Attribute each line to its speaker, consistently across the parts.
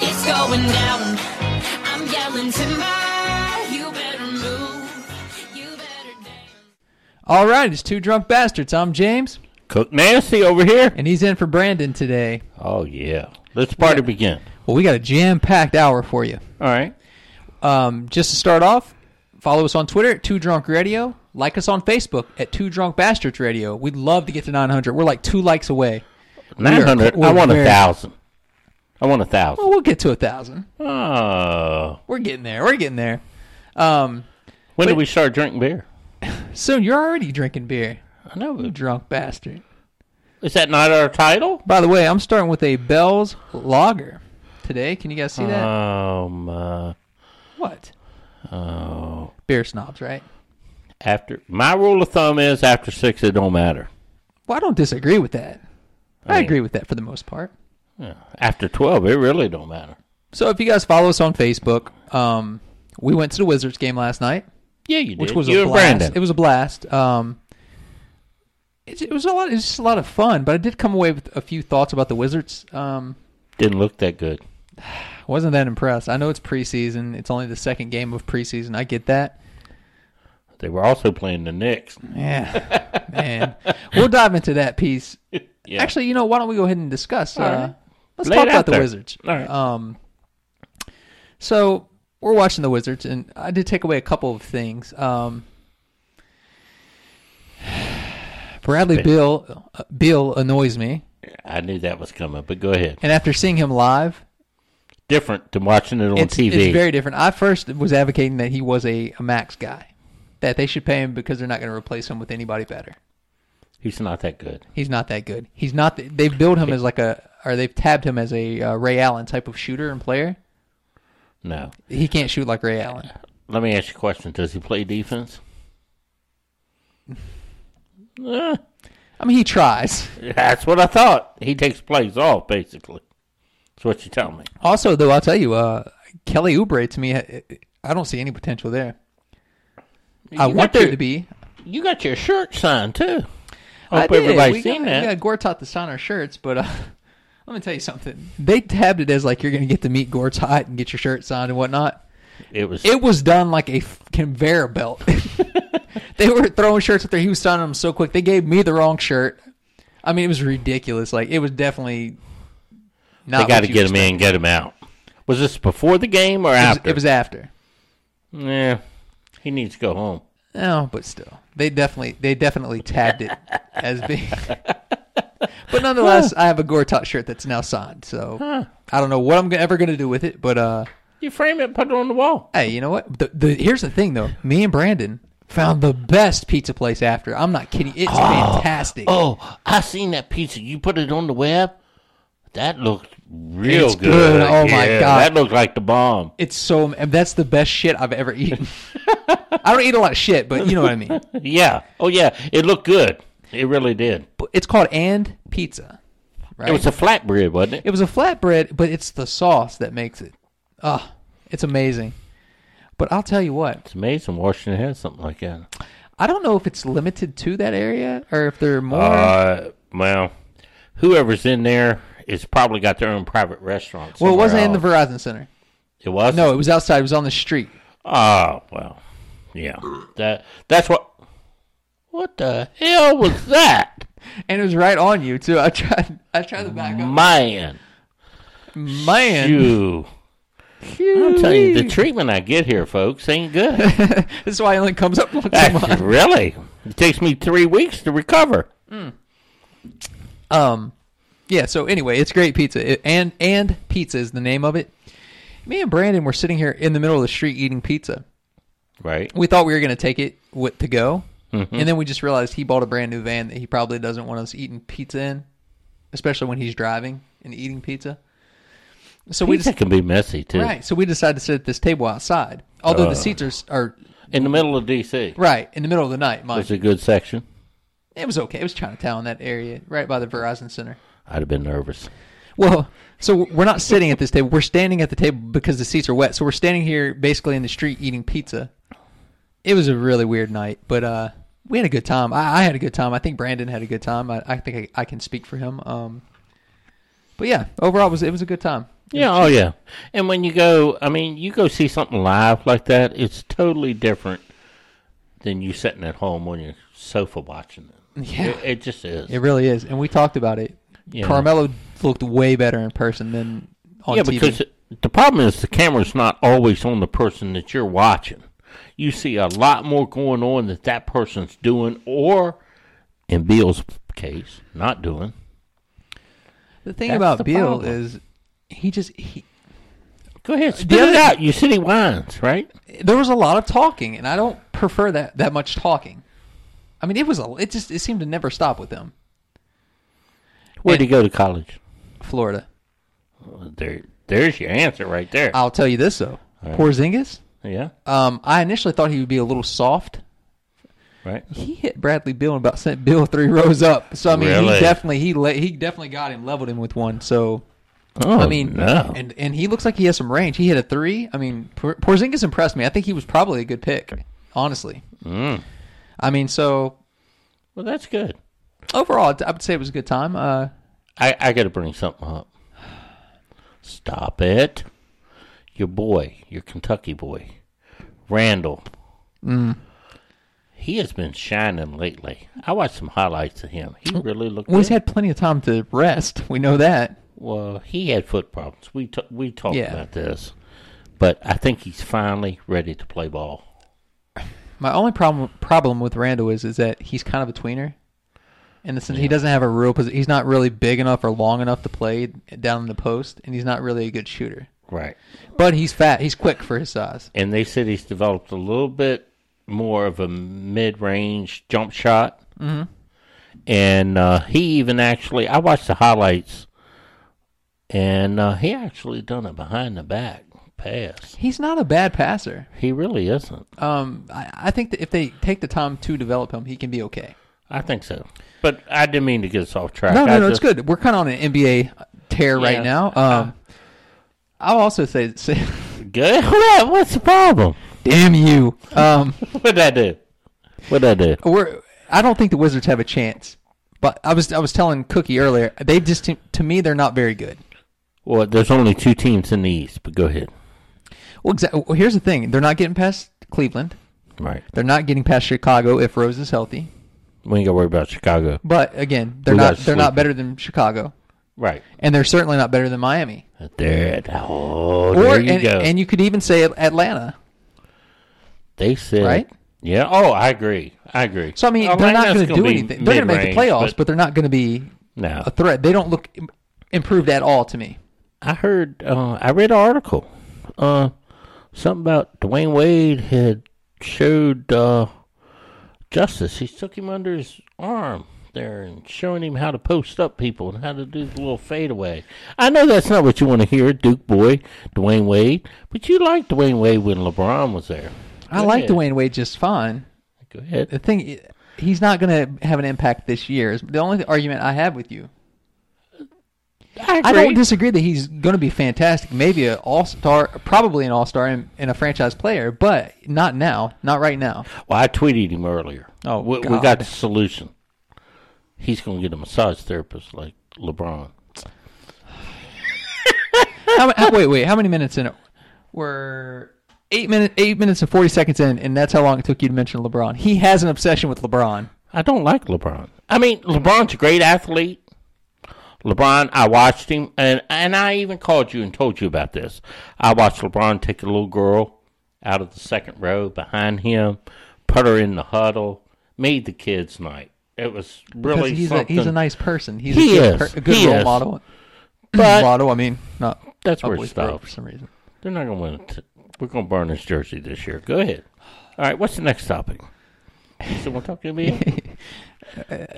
Speaker 1: I'm down. I'm yelling timber. You better move. You better dance.
Speaker 2: All right, it's two drunk bastards. I'm James,
Speaker 3: Cook Nancy over here.
Speaker 2: and he's in for Brandon today.
Speaker 3: Oh yeah, let's party begin.
Speaker 2: Well, we got a jam-packed hour for you.
Speaker 3: All right.
Speaker 2: Um, just to start off, follow us on Twitter at Two Drunk Radio. Like us on Facebook at Two Drunk Bastards Radio. We'd love to get to 900. We're like two likes away.
Speaker 3: Nine hundred.
Speaker 2: we're
Speaker 3: I want a
Speaker 2: very-
Speaker 3: thousand. I want a
Speaker 2: Well,
Speaker 3: thousand.
Speaker 2: we'll get to a thousand.
Speaker 3: Oh,
Speaker 2: We're getting there. We're getting there. Um,
Speaker 3: when
Speaker 2: But-
Speaker 3: did we start drinking beer?
Speaker 2: soon you're already drinking beer,
Speaker 3: I know.
Speaker 2: you drunk bastard.
Speaker 3: Is that not our title?
Speaker 2: By the way, I'm starting with a Bell's Lager today. Can you guys see that?
Speaker 3: Um, uh,
Speaker 2: what? Oh, beer snobs, right?
Speaker 3: after my rule of thumb is after six, it don't matter.
Speaker 2: Well, I don't disagree with that. I,
Speaker 3: mean-
Speaker 2: agree with that for the most part.
Speaker 3: After twelve, it really don't matter.
Speaker 2: So if you guys follow us on Facebook, um, we went to the Wizards game last night,
Speaker 3: Yeah, you did.
Speaker 2: which was
Speaker 3: you
Speaker 2: a
Speaker 3: and
Speaker 2: blast.
Speaker 3: Brandon.
Speaker 2: It was a blast. Um, it, it was a lot. It was just a lot of fun. But I did come away with a few thoughts about the Wizards. Um,
Speaker 3: Didn't look that good.
Speaker 2: I wasn't that impressed. I know it's preseason. It's only the second game of preseason. I get that.
Speaker 3: They were also playing the Knicks.
Speaker 2: Yeah, man. We'll dive into that piece.
Speaker 3: Yeah.
Speaker 2: Actually, you know, why don't we go ahead and discuss? Uh, Let's
Speaker 3: Lay
Speaker 2: talk
Speaker 3: it
Speaker 2: about
Speaker 3: out
Speaker 2: the
Speaker 3: there.
Speaker 2: Wizards.
Speaker 3: All right.
Speaker 2: Um, so we're watching the Wizards, and I did take away a couple of things. Um, Bradley Bill uh, Bill annoys me,
Speaker 3: I knew that was coming, but go ahead.
Speaker 2: and after seeing him live,
Speaker 3: Different than watching it on
Speaker 2: it's,
Speaker 3: TV.
Speaker 2: it's very different. I first was advocating that he was a, a max guy, that they should pay him because they're not going to replace him with anybody better.
Speaker 3: He's not that good.
Speaker 2: He's not that good. He's not. th- They've billed him as like a, or they've tabbed him as a uh, Ray Allen type of shooter and player.
Speaker 3: No.
Speaker 2: He can't shoot like Ray Allen.
Speaker 3: Let me ask you a question. Does he play defense? Eh,
Speaker 2: I mean, he tries.
Speaker 3: that's what I thought. He takes plays off, basically. That's what you tell me.
Speaker 2: Also, though, I'll tell you, uh, Kelly Oubre to me, I I don't see any potential there. I
Speaker 3: You
Speaker 2: want
Speaker 3: got
Speaker 2: there
Speaker 3: your-
Speaker 2: to be.
Speaker 3: You got your shirt signed, too.
Speaker 2: I
Speaker 3: Hope
Speaker 2: did.
Speaker 3: everybody's
Speaker 2: we
Speaker 3: seen
Speaker 2: got,
Speaker 3: that.
Speaker 2: We got Gortat to sign our shirts, but uh, let me tell you something. They tabbed it as like you're going to get to meet Gortat and get your shirt signed and whatnot.
Speaker 3: It was.
Speaker 2: It was done like a f- conveyor belt. they were throwing shirts up there. He was signing them so quick. They gave me the wrong shirt. I mean, it was ridiculous. Like it was definitely. Not
Speaker 3: they got to
Speaker 2: what you
Speaker 3: get him
Speaker 2: expect.
Speaker 3: in, get him out. Was this before the game or
Speaker 2: It was-
Speaker 3: after?
Speaker 2: It was after.
Speaker 3: yeah. He needs to go home.
Speaker 2: No, Oh, but still, they definitely they definitely tabbed it as being. but nonetheless, I have a Gortat shirt that's now signed, so I don't know what I'm ever going to do with it. But uh,
Speaker 3: You frame it, put it on the wall.
Speaker 2: hey, you know what? The, the here's the thing though. Me and Brandon found the best pizza place after. I'm not kidding. It's fantastic.
Speaker 3: Oh, I seen that pizza. You put it on the web. That looked real
Speaker 2: It's
Speaker 3: good.
Speaker 2: good. Oh, my
Speaker 3: Yeah,
Speaker 2: God.
Speaker 3: that looked like the bomb.
Speaker 2: It's so and that's the best shit I've ever eaten. I don't eat a lot of shit, but you know what I mean.
Speaker 3: Yeah. Oh yeah, it looked good. It really did.
Speaker 2: But It's called and pizza, right?
Speaker 3: It was a flatbread, wasn't it?
Speaker 2: It was a flatbread, but it's the sauce that makes it. Ah, it's amazing. But I'll tell you what,
Speaker 3: It's amazing Washington has something like that.
Speaker 2: I don't know if it's limited to that area or if there are more.
Speaker 3: Uh, well, whoever's in there is probably got their own private restaurant.
Speaker 2: well, it
Speaker 3: somewhere
Speaker 2: wasn't in the
Speaker 3: else.
Speaker 2: Verizon Center.
Speaker 3: It was
Speaker 2: No, it was outside. It was on the street.
Speaker 3: Oh well, yeah. That that's what. What the hell was that,
Speaker 2: And it was right on you, too. I tried, I tried to back up.
Speaker 3: man?
Speaker 2: Man.
Speaker 3: You. I'm telling you, the treatment I get here, folks, ain't good.
Speaker 2: This is why it only comes up once a
Speaker 3: Actually,
Speaker 2: month.
Speaker 3: really, it takes me three weeks to recover.
Speaker 2: Um, yeah. So anyway, it's great pizza, It- and and pizza is the name of it. Me and Brandon were sitting here in the middle of the street eating pizza.
Speaker 3: Right?
Speaker 2: we thought we were going to take it with to go,
Speaker 3: Mm-hmm.
Speaker 2: and then we just realized he bought a brand new van that he probably doesn't want us eating pizza in, especially when he's driving and eating pizza. So we
Speaker 3: Pizza
Speaker 2: just
Speaker 3: can be messy too.
Speaker 2: right. So we decided to sit at this table outside, although
Speaker 3: Uh.
Speaker 2: the seats are, s- are
Speaker 3: In the middle of DC,
Speaker 2: right in the middle of the night. Mind
Speaker 3: was
Speaker 2: you.
Speaker 3: a good section.
Speaker 2: It was okay. It was Chinatown, that area, right by the Verizon Center.
Speaker 3: I'd have been nervous.
Speaker 2: Well, so we're not sitting at this table. We're standing at the table because the seats are wet. So we're standing here basically in the street eating pizza. It was a really weird night, but uh, we had a good time. I, I had a good time. I think Brandon had a good time. I, I think I, I can speak for him. Um, but yeah, overall it was it was a good time.
Speaker 3: Yeah, oh yeah. And when you go, I mean, you go see something live like that, it's totally different than you sitting at home on your sofa watching it.
Speaker 2: Yeah.
Speaker 3: It, it just is.
Speaker 2: It really is, and we talked about it.
Speaker 3: Yeah.
Speaker 2: Carmelo looked way better in person than on
Speaker 3: yeah,
Speaker 2: TV.
Speaker 3: because the problem is the camera's not always on the person that you're watching. You see a lot more going on that that person's doing, or in Beal's case, not doing.
Speaker 2: the thing
Speaker 3: that's
Speaker 2: about
Speaker 3: the
Speaker 2: Beal
Speaker 3: problem.
Speaker 2: is he just he,
Speaker 3: Go ahead, spit it
Speaker 2: other-
Speaker 3: out. You city wines, right?
Speaker 2: there was a lot of talking, and I don't prefer that that much talking. I mean, it was a it just it seemed to never stop with them.
Speaker 3: Where'd you go to college?
Speaker 2: Florida.
Speaker 3: There, there's your answer right there.
Speaker 2: I'll tell you this though, Porzingis.
Speaker 3: yeah,
Speaker 2: Um, I initially thought he would be a little soft.
Speaker 3: right.
Speaker 2: He hit Bradley Bill and about sent Bill three rows up. So I mean,
Speaker 3: Really?
Speaker 2: he definitely he le- he definitely got him leveled him with one. So
Speaker 3: Oh,
Speaker 2: I mean,
Speaker 3: no.
Speaker 2: and and he looks like he has some range. He hit a three. I mean, Por- Porzingis impressed me. I think he was probably a good pick, honestly.
Speaker 3: Mm.
Speaker 2: I mean, so
Speaker 3: well, that's good.
Speaker 2: overall, I'd- I would say it was a good time. Uh,
Speaker 3: I, I got to bring something up. Stop it. Your boy, your Kentucky boy, Randall. Mm. He has been shining lately. I watched some highlights of him. He really looked
Speaker 2: well, he's
Speaker 3: good.
Speaker 2: had plenty of time to rest. We know that.
Speaker 3: well, he had foot problems. We t- we talked
Speaker 2: Yeah.
Speaker 3: about this. But I think he's finally ready to play ball.
Speaker 2: My only problem problem with Randall is is that he's kind of a tweener, in the sense he doesn't have a real position. He's not really big enough or long enough to play down in the post, and he's not really a good shooter.
Speaker 3: Right.
Speaker 2: But he's fat. He's quick for his size.
Speaker 3: And they said he's developed a little bit more of a mid range jump shot. Mm-hmm. And uh, he even actually, I watched the highlights, and uh, he actually done a behind the back pass.
Speaker 2: He's not a bad passer.
Speaker 3: He really isn't.
Speaker 2: Um, I, I think that if they take the time to develop him, he can be okay.
Speaker 3: I think so. But I didn't mean to get us off track.
Speaker 2: No,
Speaker 3: I
Speaker 2: no, no, it's
Speaker 3: just-
Speaker 2: good. We're kind of on an NBA tear
Speaker 3: Yeah.
Speaker 2: right now. Um, I'll also say, say
Speaker 3: Good. What? What's the problem?
Speaker 2: damn you. Um,
Speaker 3: What'd I do? What'd I do?
Speaker 2: we're I don't think the Wizards have a chance. But I was I was telling Cookie earlier, they just to, to me they're not very good.
Speaker 3: Well, there's only two teams in the East, but go ahead.
Speaker 2: Well, exactly. Well, here's the thing: they're not getting past Cleveland.
Speaker 3: Right.
Speaker 2: They're not getting past Chicago if Rose is healthy.
Speaker 3: We ain't got to worry about Chicago.
Speaker 2: But again, they're
Speaker 3: We
Speaker 2: not
Speaker 3: got
Speaker 2: they're not
Speaker 3: Sleepy.
Speaker 2: better than Chicago,
Speaker 3: Right.
Speaker 2: and they're certainly not better than Miami.
Speaker 3: There, oh, there you
Speaker 2: and,
Speaker 3: go.
Speaker 2: and you could even say At- Atlanta.
Speaker 3: They said,
Speaker 2: Right?
Speaker 3: Yeah. Oh, I agree. Oh, I agree.
Speaker 2: So I mean, they're not going
Speaker 3: Atlanta's
Speaker 2: to do
Speaker 3: gonna be
Speaker 2: anything. They're going to make the
Speaker 3: mid-range,
Speaker 2: playoffs, but, they're not going to be
Speaker 3: no,
Speaker 2: a threat. They don't look im- improved at all to me.
Speaker 3: I heard. Uh, I read an article. Uh, something about Dwayne Wade had showed uh, justice. He took him under his arm there and showing him how to post up people and how to do the little fadeaway. I know that's not what you want to hear, Duke boy, Dwayne Wade. But you liked Dwayne Wade when LeBron was there.
Speaker 2: I
Speaker 3: Go
Speaker 2: like
Speaker 3: ahead.
Speaker 2: Dwayne Wade just fine.
Speaker 3: Go ahead.
Speaker 2: the thing he's not going to have an impact this year is the only argument i have with you i
Speaker 3: agree.
Speaker 2: don't disagree that he's going to be fantastic maybe an all-star probably an all-star and, and a franchise player but not now not right now
Speaker 3: Well, I tweeted him earlier.
Speaker 2: Oh,
Speaker 3: we, we
Speaker 2: God.
Speaker 3: got the solution. He's going to get a massage therapist like LeBron.
Speaker 2: how, how, wait wait how many minutes in it we're eight minutes eight minutes and 40 seconds in and that's how long it took you to mention lebron he has an obsession with lebron
Speaker 3: I don't like LeBron. I mean, LeBron's a great athlete. LeBron, I watched him, and and I even called you and told you about this. I watched LeBron take a little girl out of the second row behind him, put her in the huddle, made the kids' night. It was
Speaker 2: because
Speaker 3: really
Speaker 2: he's a,
Speaker 3: something.
Speaker 2: he's a nice person he's
Speaker 3: He
Speaker 2: a good,
Speaker 3: is.
Speaker 2: per- a good
Speaker 3: He
Speaker 2: role
Speaker 3: is.
Speaker 2: model
Speaker 3: But-
Speaker 2: model i mean not
Speaker 3: That's where it
Speaker 2: Cowboys broke
Speaker 3: stops.
Speaker 2: for some reason
Speaker 3: They're not going to win it. We're going to burn his jersey this year. Go ahead. All right, what's the next topic? Someone talking to me?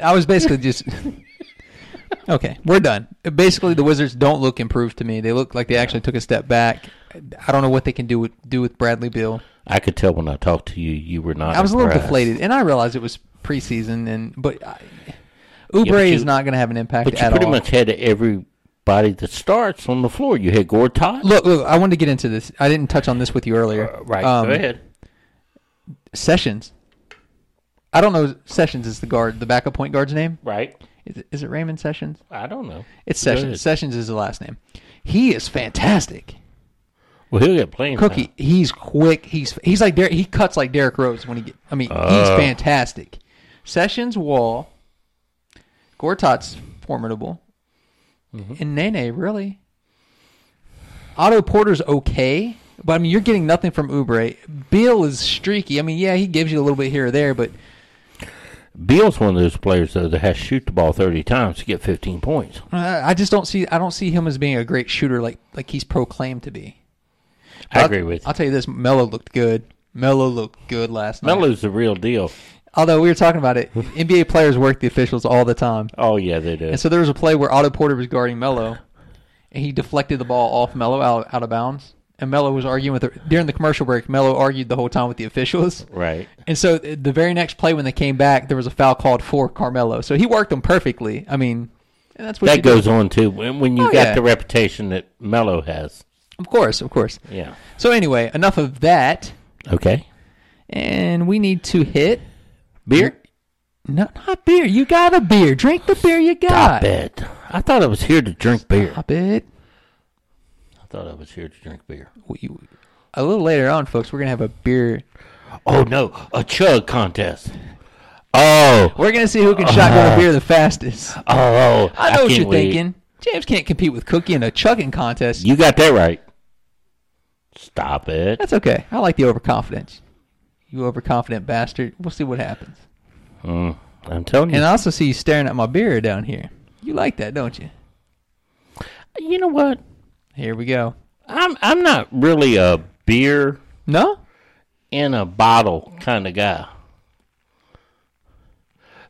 Speaker 2: I was basically just okay. We're done. Basically, the Wizards don't look improved to me. They look like they actually took a step back. I don't know what they can do with do with Bradley Beal.
Speaker 3: I could tell when I talked to you, you were not.
Speaker 2: I was a little
Speaker 3: impressed.
Speaker 2: deflated, and I realized it was preseason, and but I, Ubre
Speaker 3: but you-
Speaker 2: is not going to have an impact
Speaker 3: But you
Speaker 2: at
Speaker 3: pretty
Speaker 2: all.
Speaker 3: much had everybody that starts on the floor. You had Gore Todd.
Speaker 2: look, look. I wanted to get into this. I didn't touch on this with you earlier.
Speaker 3: Uh, right.
Speaker 2: Um,
Speaker 3: go ahead.
Speaker 2: Sessions. I don't know. Sessions is the guard, the backup point guard's name.
Speaker 3: Right.
Speaker 2: Is it, is it Raymond Sessions?
Speaker 3: I don't know.
Speaker 2: It's
Speaker 3: Go
Speaker 2: Sessions.
Speaker 3: ahead.
Speaker 2: Sessions is the last name. He is fantastic.
Speaker 3: Well, he'll get playing time.
Speaker 2: Cookie, he's quick. He's he's like Derek, he cuts like Derrick Rose when he get. I mean, he's
Speaker 3: Oh.
Speaker 2: fantastic. Sessions, Wall, Gortat's formidable, and Nene really. Otto Porter's okay, but I mean, you're getting nothing from Ubre. Bill is streaky. I mean, yeah, he gives you a little bit here or there, but
Speaker 3: Beal's one of those players though that has to shoot the ball thirty times to get fifteen points.
Speaker 2: uh, I just don't see I don't see him as being a great shooter like like he's proclaimed to be.
Speaker 3: I
Speaker 2: I'll-
Speaker 3: agree with you.
Speaker 2: I'll tell you this: Melo looked good. Melo looked good last night.
Speaker 3: Melo's the real deal.
Speaker 2: Although we were talking about it, NBA players work the officials all the time.
Speaker 3: Oh yeah, they do.
Speaker 2: And so there was a play where Otto Porter was guarding Melo, and he deflected the ball off Melo out, out of bounds. And Melo was arguing with the, during the commercial break. Melo argued the whole time with the officials.
Speaker 3: right.
Speaker 2: And so th- the very next play when they came back, there was a foul called for Carmelo. So he worked them perfectly. I mean, and that's what you
Speaker 3: That
Speaker 2: do.
Speaker 3: goes on too when, when you
Speaker 2: Oh,
Speaker 3: got
Speaker 2: yeah.
Speaker 3: the reputation that Melo has.
Speaker 2: Of course, of course.
Speaker 3: Yeah.
Speaker 2: So anyway, enough of that,
Speaker 3: Okay.
Speaker 2: and we need to hit
Speaker 3: Beer.
Speaker 2: no, not beer. You got a beer. Drink the beer you got.
Speaker 3: Stop it. I thought I was here to drink beer.
Speaker 2: Stop it.
Speaker 3: I thought I was here to drink beer.
Speaker 2: we, a little later on, folks, we're gonna have a beer.
Speaker 3: Oh no, a chug contest. Oh,
Speaker 2: We're gonna see who can shotgun a beer the fastest.
Speaker 3: oh, oh
Speaker 2: I know what
Speaker 3: can't
Speaker 2: you're
Speaker 3: wait.
Speaker 2: thinking. James can't compete with Cookie in a chugging contest.
Speaker 3: You got that right. Stop it.
Speaker 2: That's okay. I like the overconfidence. You overconfident bastard. We'll see what happens.
Speaker 3: Mm, I'm telling you.
Speaker 2: And I also see you staring at my beer down here. You like that, don't you?
Speaker 3: you know what?
Speaker 2: Here we go.
Speaker 3: I'm I'm not really a beer
Speaker 2: No?
Speaker 3: in a bottle kind of guy.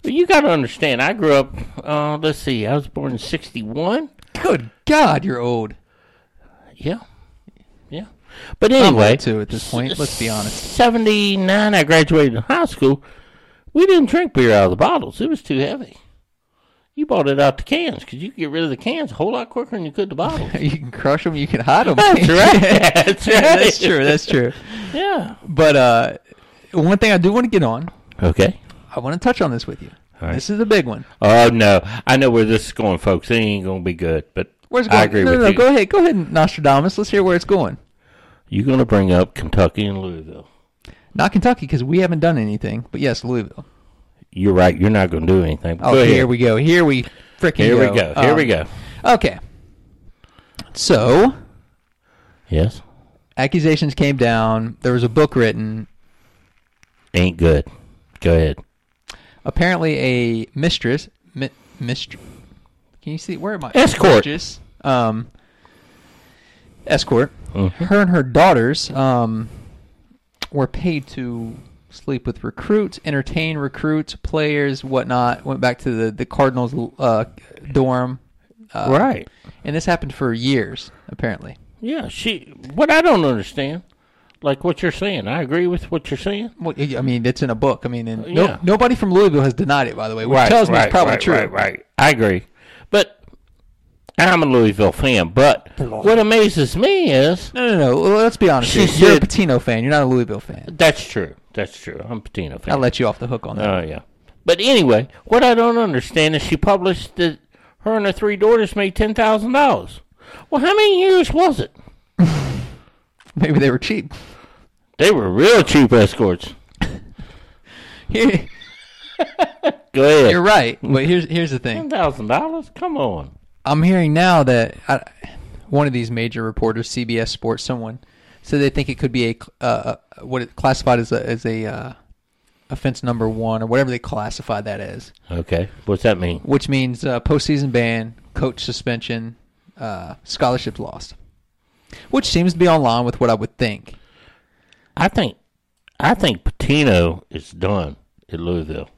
Speaker 3: But you got to understand. I grew up. Uh, let's see. I was born in '61.
Speaker 2: Good God, you're old.
Speaker 3: Yeah, yeah. But
Speaker 2: I'm
Speaker 3: anyway,
Speaker 2: old too at this point. Let's be honest.
Speaker 3: '79. I graduated in high school. We didn't drink beer out of the bottles. It was too heavy. You bought it out the cans because you could get rid of the cans a whole lot quicker than you could the bottles.
Speaker 2: You can crush them. You can hide them.
Speaker 3: That's right. That's right.
Speaker 2: That's true. That's true.
Speaker 3: Yeah.
Speaker 2: But uh, one thing I do want to get on
Speaker 3: Okay.
Speaker 2: I want to touch on this with you.
Speaker 3: All right.
Speaker 2: This is a big one.
Speaker 3: Oh no, I know where this is going, folks. It ain't gonna be good, but
Speaker 2: Where's it going?
Speaker 3: I agree
Speaker 2: no,
Speaker 3: with
Speaker 2: no, no,
Speaker 3: you.
Speaker 2: Go ahead. Go ahead, Nostradamus. Let's hear where it's going.
Speaker 3: You're gonna bring up Kentucky and Louisville.
Speaker 2: Not Kentucky because we haven't done anything. But yes, Louisville.
Speaker 3: You're right. You're not gonna do anything. but
Speaker 2: Oh,
Speaker 3: go ahead.
Speaker 2: here we go. Here we freaking
Speaker 3: Here
Speaker 2: go.
Speaker 3: we go. Here we
Speaker 2: Um,
Speaker 3: go.
Speaker 2: Okay. So
Speaker 3: Yes,
Speaker 2: accusations came down. There was a book written.
Speaker 3: ain't good. Go ahead.
Speaker 2: Apparently, a mistress, mi- mistress. Can you see where am I?
Speaker 3: Escort.
Speaker 2: Mistress, um, escort.
Speaker 3: Oh.
Speaker 2: Her and her daughters um, were paid to sleep with recruits, entertain recruits, players, whatnot. Went back to the the Cardinals uh, dorm, uh,
Speaker 3: right.
Speaker 2: and this happened for years. Apparently,
Speaker 3: Yeah. She. What I don't understand, like what you're saying, I agree with what you're saying.
Speaker 2: well, y- I mean, it's in a book. I mean, and no,
Speaker 3: Yeah.
Speaker 2: nobody from Louisville has denied it. By the way, which tells me it's probably
Speaker 3: right,
Speaker 2: true.
Speaker 3: Right, right. I agree. But I'm a Louisville fan. But what amazes me is
Speaker 2: No, no, no. Well, let's be honest.
Speaker 3: She
Speaker 2: here. You're a
Speaker 3: said-
Speaker 2: Patino fan. You're not a Louisville fan.
Speaker 3: that's true. That's true. I'm a Patino fan.
Speaker 2: I'll let you off the hook on that.
Speaker 3: Oh yeah. But anyway, what I don't understand is she published that her and her three daughters made ten thousand dollars. Well, how many years was it?
Speaker 2: Maybe they were cheap.
Speaker 3: They were real cheap escorts.
Speaker 2: Here-
Speaker 3: Go ahead.
Speaker 2: You're right. But here's here's the thing.
Speaker 3: ten thousand dollars? Come on.
Speaker 2: I'm hearing now that I, one of these major reporters, CBS Sports, someone said they think it could be a cl- uh, uh, what it classified as a as a uh, offense number one or whatever they classify that as,
Speaker 3: Okay. What's that mean?
Speaker 2: which means uh, postseason ban, coach suspension, uh, scholarships lost, which seems to be online with what I would think.
Speaker 3: I think I think Patino is done at Louisville.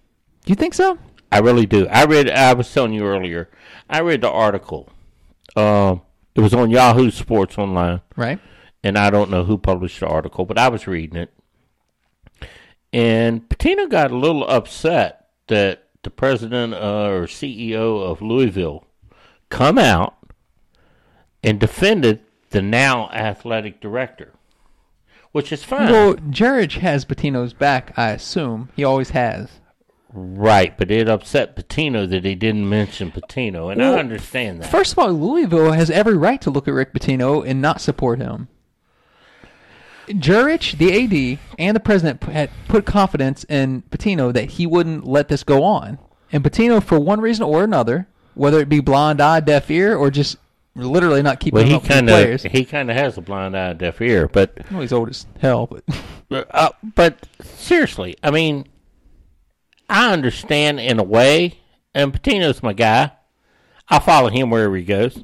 Speaker 2: You think so?
Speaker 3: I really do. I read. I was telling you earlier. I read the article. Um, it was on Yahoo Sports Online,
Speaker 2: Right.
Speaker 3: and I don't know who published the article, but I was reading it. And Patino got a little upset that the president uh, or CEO of Louisville come out and defended the now athletic director, which is fine.
Speaker 2: Well, Jurich has Patino's back, I assume. He always has.
Speaker 3: Right, but it upset Patino that he didn't mention Patino, and I
Speaker 2: Well,
Speaker 3: understand that.
Speaker 2: First of all, Louisville has every right to look at Rick Pitino and not support him. Jurich, the AD, and the president p- had put confidence in Patino that he wouldn't let this go on. And Patino, for one reason or another, whether it be blind eye, deaf ear, or just literally not keeping
Speaker 3: well, he
Speaker 2: up with the
Speaker 3: kind of
Speaker 2: players.
Speaker 3: he kind of has a blind eye, deaf ear, but
Speaker 2: Well, he's old as hell, but
Speaker 3: uh, but seriously, I mean, I understand in a way, and Patino's my guy. I follow him wherever he goes,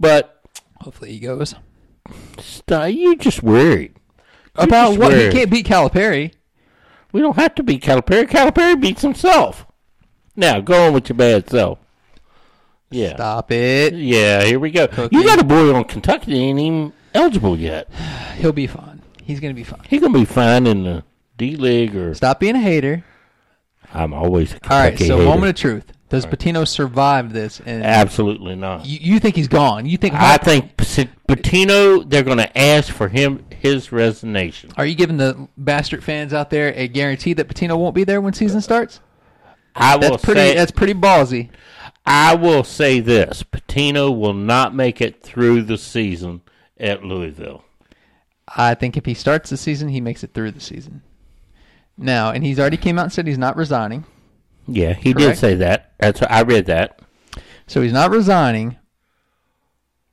Speaker 3: but
Speaker 2: hopefully he goes.
Speaker 3: st- you just worried You're
Speaker 2: About
Speaker 3: just
Speaker 2: what?
Speaker 3: worried.
Speaker 2: He can't beat Calipari.
Speaker 3: We don't have to beat Calipari. Calipari beats himself. Now go on with your bad self. Yeah,
Speaker 2: Stop it.
Speaker 3: yeah. Here we go. You got a boy on Kentucky that ain't even eligible yet.
Speaker 2: He'll be fine. He's going to be fine.
Speaker 3: He gonna be fine in the D League or
Speaker 2: Stop being a hater.
Speaker 3: I'm always a Kentucky
Speaker 2: All right, so
Speaker 3: hater.
Speaker 2: moment of truth. Does Patino survive this? And
Speaker 3: absolutely not.
Speaker 2: you, you think he's gone? You think?
Speaker 3: I think Pat- Patino. They're gonna ask for him his resignation.
Speaker 2: Are you giving the bastard fans out there a guarantee that Patino won't be there when season starts?
Speaker 3: I will
Speaker 2: That's pretty.
Speaker 3: say
Speaker 2: that's pretty ballsy.
Speaker 3: I will say this: Patino will not make it through the season at Louisville.
Speaker 2: I think if he starts the season, he makes it through the season. Now, and he's already came out and said he's not resigning.
Speaker 3: Yeah, he did
Speaker 2: Correct.
Speaker 3: say that. That's I read that.
Speaker 2: So he's not resigning.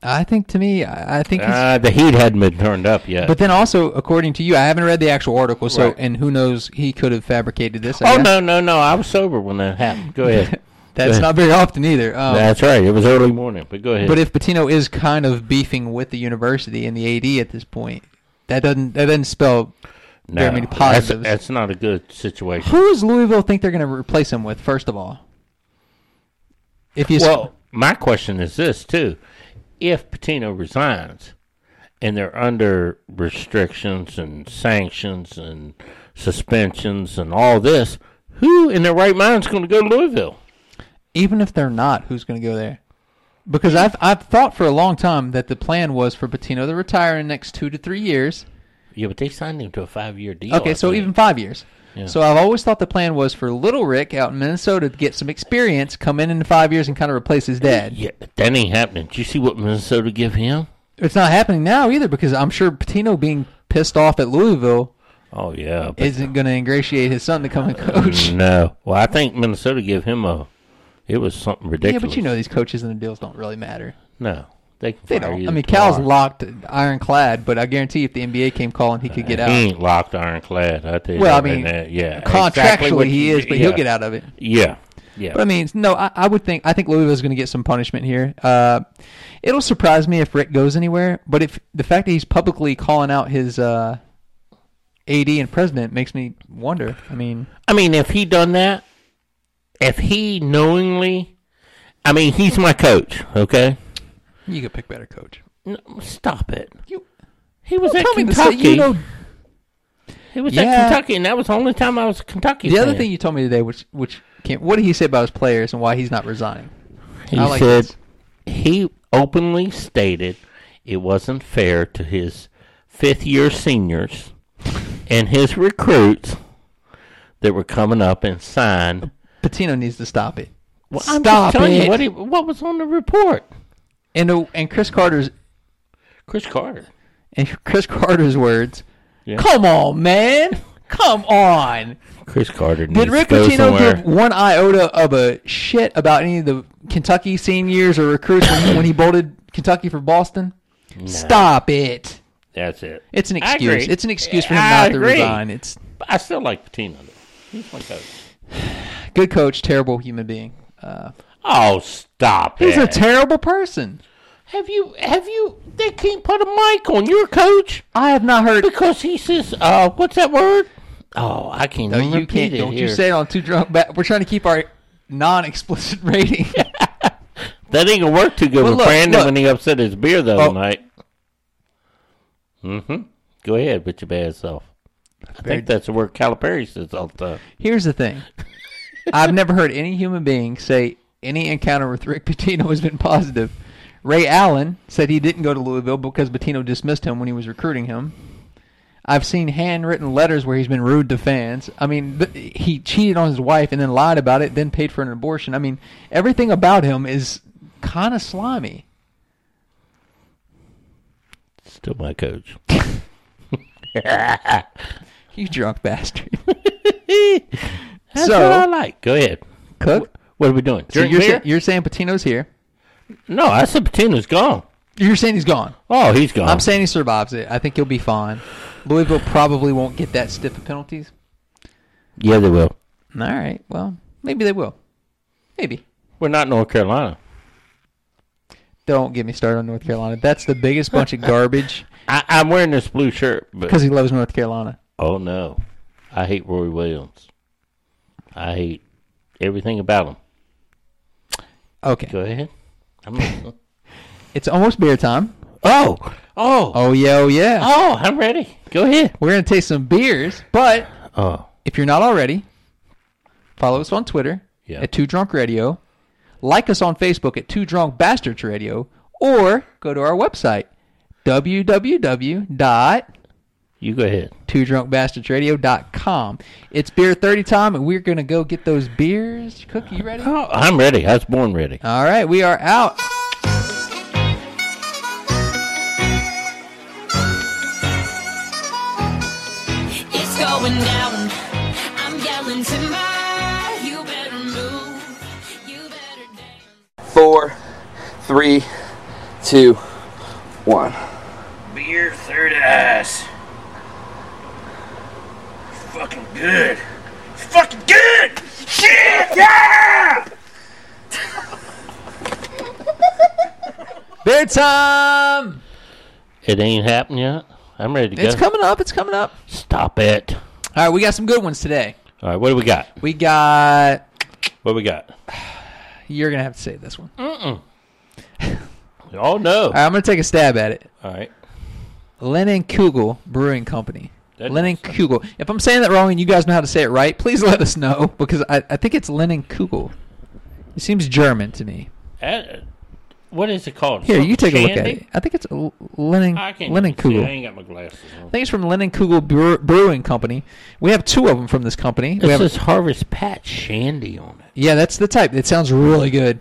Speaker 2: I think to me, I, I think he's
Speaker 3: Uh, the heat hadn't been turned up yet.
Speaker 2: But then also, according to you, I haven't read the actual article, so
Speaker 3: Right.
Speaker 2: and who knows, he could have fabricated this. I
Speaker 3: oh
Speaker 2: guess.
Speaker 3: no, no, no! I was sober when that happened. Go ahead.
Speaker 2: that's not very often either. Um,
Speaker 3: That's right. It was early morning, but go ahead.
Speaker 2: but if Patino is kind of beefing with the university and the AD at this point, that doesn't that doesn't spell very many
Speaker 3: that's,
Speaker 2: positives.
Speaker 3: that's not a good situation.
Speaker 2: Who does Louisville think they're going to replace him with? First of all, if you
Speaker 3: Well, my question is this too: If Patino resigns, and they're under restrictions and sanctions and suspensions and all this, who in their right mind is going to go to Louisville?
Speaker 2: even if they're not, who's going to go there? Because I've I've thought for a long time that the plan was for Patino to retire in the next two to three years.
Speaker 3: Yeah, but they signed him to a five-year deal. I
Speaker 2: Okay, so
Speaker 3: believe.
Speaker 2: even five years. So I've always thought the plan was for Little Rick out in Minnesota to get some experience, come in in five years, and kind of replace his dad.
Speaker 3: yeah, that ain't happening. Did you see what Minnesota give him?
Speaker 2: It's not happening now either because I'm sure Patino being pissed off at Louisville
Speaker 3: Oh yeah, but
Speaker 2: isn't going to ingratiate his son to come
Speaker 3: Mm,
Speaker 2: and coach.
Speaker 3: no. Well, I think Minnesota gave him a. It was something
Speaker 2: Yeah,
Speaker 3: ridiculous.
Speaker 2: but you know these coaches and the deals don't really matter.
Speaker 3: no, they can
Speaker 2: They
Speaker 3: fire
Speaker 2: don't.
Speaker 3: you
Speaker 2: I mean, Cal's
Speaker 3: tomorrow.
Speaker 2: locked, ironclad, but I guarantee if the NBA came calling, he could get
Speaker 3: He
Speaker 2: out.
Speaker 3: ain't locked ironclad. I tell you
Speaker 2: Well, I
Speaker 3: that, man.
Speaker 2: mean,
Speaker 3: That- Mm, yeah,
Speaker 2: Contractually,
Speaker 3: exactly what
Speaker 2: he
Speaker 3: you-
Speaker 2: is, but
Speaker 3: yeah.
Speaker 2: he'll get out of it.
Speaker 3: Yeah, yeah.
Speaker 2: But I mean, no, I, I would think I think Louisville's going to get some punishment here. Uh, it'll surprise me if Rick goes anywhere, but if the fact that he's publicly calling out his uh, AD and president makes me wonder. I mean,
Speaker 3: I mean, if he done that, if he knowingly, I mean, he's my coach. Okay,
Speaker 2: you could pick better coach.
Speaker 3: no, stop it.
Speaker 2: You
Speaker 3: He was
Speaker 2: Don't
Speaker 3: at
Speaker 2: tell me to say
Speaker 3: Kentucky.
Speaker 2: you know.
Speaker 3: he was
Speaker 2: Yeah.
Speaker 3: at Kentucky, and that was the only time I was a Kentucky.
Speaker 2: The other
Speaker 3: fan.
Speaker 2: thing you told me today, which which came, what did he say about his players and why he's not resigning?
Speaker 3: he
Speaker 2: I like
Speaker 3: said
Speaker 2: this.
Speaker 3: he openly stated it wasn't fair to his fifth year seniors and his recruits that were coming up and signed
Speaker 2: Patino needs to stop it.
Speaker 3: Well, I'm
Speaker 2: stop
Speaker 3: just telling
Speaker 2: it.
Speaker 3: you what, he, what was on the report.
Speaker 2: and the- and Chris Carter's
Speaker 3: Chris Carter.
Speaker 2: in Chris Carter's words,
Speaker 3: Yeah.
Speaker 2: come on, man, come on.
Speaker 3: Chris Carter.
Speaker 2: Did Rick Pitino give one iota of a shit about any of the Kentucky seniors or recruits when, when he bolted Kentucky for Boston? Stop it!
Speaker 3: That's it.
Speaker 2: It's an
Speaker 3: I
Speaker 2: excuse.
Speaker 3: agree.
Speaker 2: It's an excuse for him
Speaker 3: I
Speaker 2: not
Speaker 3: agree.
Speaker 2: to resign. It's
Speaker 3: But I still like Pitino. though. He's my coach.
Speaker 2: good coach, terrible human being. Uh,
Speaker 3: Oh, stop
Speaker 2: he's a
Speaker 3: it.
Speaker 2: terrible person.
Speaker 3: have you? Have you? They can't put a mic on your coach
Speaker 2: I have not heard.
Speaker 3: because he says, "Uh, what's that word?" Oh, I can't.
Speaker 2: No,
Speaker 3: even
Speaker 2: you
Speaker 3: repeat
Speaker 2: can't.
Speaker 3: It
Speaker 2: Don't
Speaker 3: here.
Speaker 2: you say it on too drunk. Ba- We're trying to keep our non-explicit rating.
Speaker 3: that ain't gonna work too good
Speaker 2: Well,
Speaker 3: with
Speaker 2: look,
Speaker 3: Brandon
Speaker 2: look.
Speaker 3: when he upset his beer the other
Speaker 2: Oh.
Speaker 3: night. Mm-hmm. Go ahead with your bad self. I think that's the word Calipari says all the time.
Speaker 2: Here's the thing. I've never heard any human being say any encounter with Rick Pitino has been positive. Ray Allen said he didn't go to Louisville because Pitino dismissed him when he was recruiting him. I've seen handwritten letters where he's been rude to fans. I mean, th- he cheated on his wife and then lied about it, then paid for an abortion. I mean, everything about him is kind of slimy.
Speaker 3: Still my coach.
Speaker 2: You drunk bastard.
Speaker 3: That's
Speaker 2: So-
Speaker 3: what I like. Go ahead.
Speaker 2: Cook.
Speaker 3: What are we doing?
Speaker 2: So
Speaker 3: Drink
Speaker 2: you're,
Speaker 3: beer?
Speaker 2: sa- you're saying Patino's here.
Speaker 3: no, I said Patino's gone.
Speaker 2: You're saying he's gone.
Speaker 3: Oh, he's gone.
Speaker 2: I'm saying he survives it. I think he'll be fine. Louisville probably won't get that stiff of penalties.
Speaker 3: yeah, they will.
Speaker 2: All right. Well, maybe they will. Maybe.
Speaker 3: We're not North Carolina.
Speaker 2: Don't get me started on North Carolina. That's the biggest bunch of garbage
Speaker 3: I, I'm wearing this blue shirt, but
Speaker 2: because he loves North Carolina.
Speaker 3: oh no, I hate Roy Williams. I hate everything about him.
Speaker 2: Okay.
Speaker 3: Go ahead. I'm listening.
Speaker 2: It's almost beer time.
Speaker 3: oh, oh, oh,
Speaker 2: Oh, yeah. Oh, yeah.
Speaker 3: I'm ready. Go ahead.
Speaker 2: We're going to taste some beers, but
Speaker 3: Oh,
Speaker 2: if you're not already, follow us on Twitter
Speaker 3: Yeah.
Speaker 2: at Two Drunk Radio. Like us on Facebook at Two Drunk Bastards Radio, or go to our website, www.
Speaker 3: you go ahead.
Speaker 2: two drunk bastards radio.com it's beer 30 time and we're gonna go get those beers cookie you ready all
Speaker 3: Oh, I'm ready. I was born ready.
Speaker 2: right we are out
Speaker 1: It's going down. I'm yelling timber. You better move. You better dance.
Speaker 4: four, three, two, one.
Speaker 5: Beer third ass. Fucking good. Fucking good! Shit! Yeah!
Speaker 2: beer time
Speaker 3: It ain't happened yet. I'm ready to
Speaker 2: it's
Speaker 3: go.
Speaker 2: coming up it's coming up
Speaker 3: Stop it.
Speaker 2: all right we got some good ones today
Speaker 3: All right, what do we got?
Speaker 2: we got
Speaker 3: What we got?
Speaker 2: you're gonna have to say this one all
Speaker 3: Oh no.
Speaker 2: right i'm gonna take a stab at it
Speaker 3: All right.
Speaker 2: lennon kugel brewing company
Speaker 3: That
Speaker 2: lennon
Speaker 3: doesn't
Speaker 2: kugel if i'm saying that wrong and you guys know how to say it right please let us know because i, I think it's lennon kugel it seems german to me
Speaker 3: That- what is it called?
Speaker 2: here you
Speaker 3: Something
Speaker 2: take a look at
Speaker 3: shandy?
Speaker 2: it i think it's L- lennon
Speaker 3: I can't
Speaker 2: lennon
Speaker 3: even see.
Speaker 2: kugel
Speaker 3: I ain't got my glasses on.
Speaker 2: I think it's from Lennon Kugel Brew- Brewing Company. We have two of them from this company. We
Speaker 3: This
Speaker 2: have a-
Speaker 3: is Harvest Patch Shandy on it.
Speaker 2: yeah, that's the type. It sounds really good.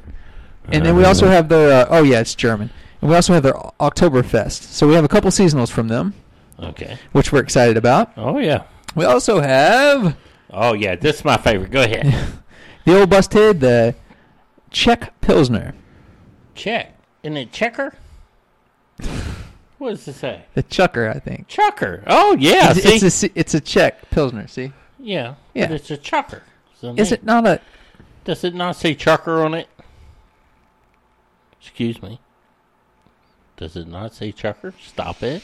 Speaker 2: And then we also have the uh, oh yeah, it's German. And we also have their O- Oktoberfest. So we have a couple seasonals from them,
Speaker 3: Okay.
Speaker 2: which we're excited about.
Speaker 3: Oh yeah.
Speaker 2: We also have
Speaker 3: Oh yeah. This is my favorite. Go ahead.
Speaker 2: the old busted, the Czech Pilsner,
Speaker 3: Check. Isn't it checker? What does it say?
Speaker 2: the Chucker, I think.
Speaker 3: Chucker. Oh yeah.
Speaker 2: It's,
Speaker 3: see?
Speaker 2: it's a se- it's a Czech Pilsner. See,
Speaker 3: yeah.
Speaker 2: Yeah.
Speaker 3: But it's a chucker. So
Speaker 2: is
Speaker 3: neat.
Speaker 2: it not a?
Speaker 3: Does it not say chucker on it? Excuse me. Does it not say chucker? Stop it.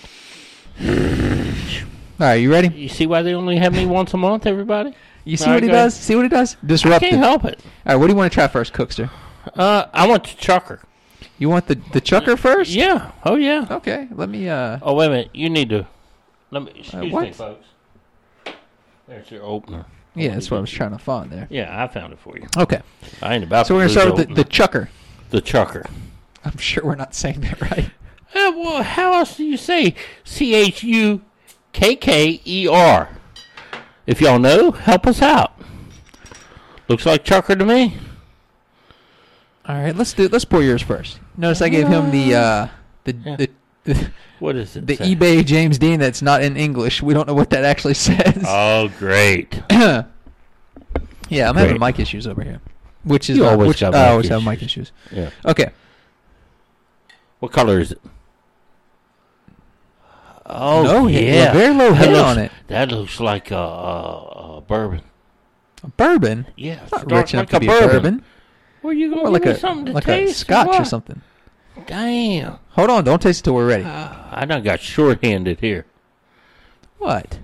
Speaker 2: All right, you ready?
Speaker 3: You see why they only have me once a month, everybody?
Speaker 2: You see
Speaker 3: All right,
Speaker 2: what he
Speaker 3: go ahead.
Speaker 2: does? See what he does?
Speaker 3: I
Speaker 2: Disrupt it.
Speaker 3: can't
Speaker 2: All
Speaker 3: help it.
Speaker 2: right, what do you want to try first, Cookster?
Speaker 3: Uh, I want the chucker.
Speaker 2: You want the the chucker first?
Speaker 3: Yeah. Oh yeah.
Speaker 2: Okay. Let me. Uh.
Speaker 3: Oh wait a minute, you need to. Let me excuse me,
Speaker 2: what?
Speaker 3: folks. There's your opener.
Speaker 2: Yeah, that's what I was trying to find there.
Speaker 3: Yeah, I found it for you.
Speaker 2: Okay.
Speaker 3: I ain't about.
Speaker 2: So we're
Speaker 3: to
Speaker 2: gonna start with the, the
Speaker 3: the,
Speaker 2: chucker.
Speaker 3: the chucker.
Speaker 2: I'm sure we're not saying that right.
Speaker 3: Uh, well, how else do you say C H U K K E R? If y'all know, help us out. Looks like chucker to me.
Speaker 2: All right. Let's do. Let's pour yours first. Notice I gave him the uh the the. The,
Speaker 3: What is it?
Speaker 2: the
Speaker 3: say?
Speaker 2: eBay James Dean that's not in English. We don't know what that actually says.
Speaker 3: Oh, great.
Speaker 2: yeah, I'm having
Speaker 3: great.
Speaker 2: mic issues over here, which is
Speaker 3: You
Speaker 2: not-
Speaker 3: always
Speaker 2: which
Speaker 3: got
Speaker 2: I
Speaker 3: mic
Speaker 2: always have mic issues.
Speaker 3: yeah.
Speaker 2: Okay,
Speaker 3: What color is it? Oh
Speaker 2: No head-
Speaker 3: yeah,
Speaker 2: very low head
Speaker 3: looks,
Speaker 2: on it.
Speaker 3: That looks like a, a, a bourbon.
Speaker 2: bourbon.
Speaker 3: Yeah, it's
Speaker 2: Not
Speaker 3: dark
Speaker 2: rich enough to be a bourbon.
Speaker 3: Well, you
Speaker 2: Or
Speaker 3: gonna
Speaker 2: like
Speaker 3: give
Speaker 2: a
Speaker 3: me something to
Speaker 2: like
Speaker 3: taste
Speaker 2: a scotch or
Speaker 3: what?
Speaker 2: something.
Speaker 3: Damn,
Speaker 2: Hold on, don't taste it till we're ready.
Speaker 3: I done got shorthanded here.
Speaker 2: what?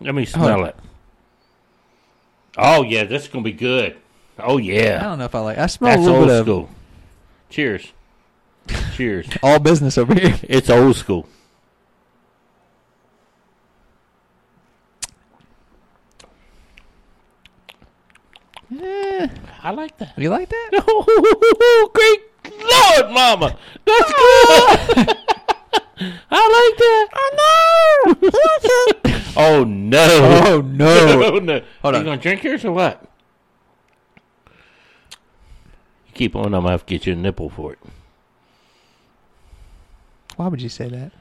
Speaker 3: Let me smell it. Oh yeah, this is gonna be good. Oh
Speaker 2: I
Speaker 3: yeah,
Speaker 2: don't know if I like. I smell
Speaker 3: that's
Speaker 2: Oh, a little
Speaker 3: old
Speaker 2: bit of
Speaker 3: school. Cheers. Cheers.
Speaker 2: all business over here.
Speaker 3: It's old school. I like that.
Speaker 2: You Eh, like that?
Speaker 3: Oh, Great Lord, Mama. That's good. I like that. I Oh no!
Speaker 2: Oh, no.
Speaker 3: oh no!
Speaker 2: Hold
Speaker 3: you
Speaker 2: on.
Speaker 3: gonna drink yours or what? You keep on. I'm gonna have to get you a nipple for it
Speaker 2: Why would you say that?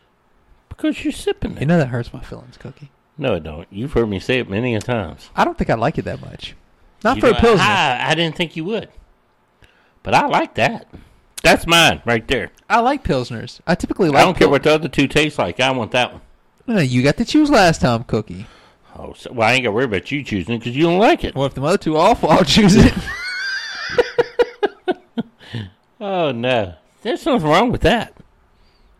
Speaker 3: because you're sipping
Speaker 2: You
Speaker 3: it.
Speaker 2: know that hurts my feelings, Cookie.
Speaker 3: No, I don't. You've heard me say it many a times.
Speaker 2: I don't think I like it that much. Not
Speaker 3: You
Speaker 2: for a
Speaker 3: know,
Speaker 2: pilsner. I,
Speaker 3: I, I didn't think you would, but I like that. That's mine right there.
Speaker 2: like pilsners. I typically like.
Speaker 3: I don't care
Speaker 2: pil-
Speaker 3: what the other two taste like. I want that one.
Speaker 2: No, no, you got to choose last time, Cookie.
Speaker 3: Oh, so, well, I ain't gonna worry about you choosing because you don't like it.
Speaker 2: Well, if the other two awful, I'll choose it.
Speaker 3: Oh no, there's nothing wrong with that.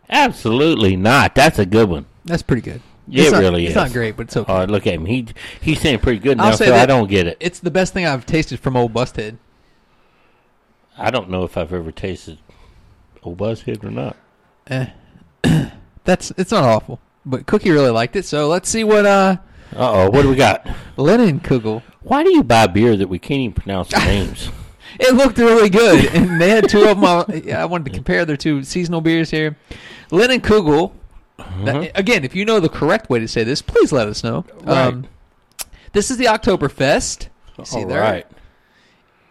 Speaker 3: Absolutely not. That's a good one.
Speaker 2: That's pretty good.
Speaker 3: Yeah,
Speaker 2: It's
Speaker 3: it
Speaker 2: not-
Speaker 3: really
Speaker 2: It's
Speaker 3: is.
Speaker 2: not great, but it's okay.
Speaker 3: Oh, look at him. He he's saying pretty good
Speaker 2: I'll
Speaker 3: now, so
Speaker 2: say
Speaker 3: I
Speaker 2: that-
Speaker 3: don't get it.
Speaker 2: It's the best thing I've tasted from Old Busthead.
Speaker 3: I don't know if I've ever tasted old buzzhead or not.
Speaker 2: That's it's not awful, but Cookie really liked it. So let's see what uh
Speaker 3: Uh oh, what do we got?
Speaker 2: Lennon Kugel.
Speaker 3: Why do you buy beer that we can't even pronounce the names?
Speaker 2: It looked really good, and they had two of them. I, I wanted to compare their two seasonal beers here. Lennon Kugel.
Speaker 3: Uh-huh.
Speaker 2: That- again, if you know the correct way to say this, please let us know. Um, this is the Oktoberfest. You See
Speaker 3: All
Speaker 2: there,
Speaker 3: right.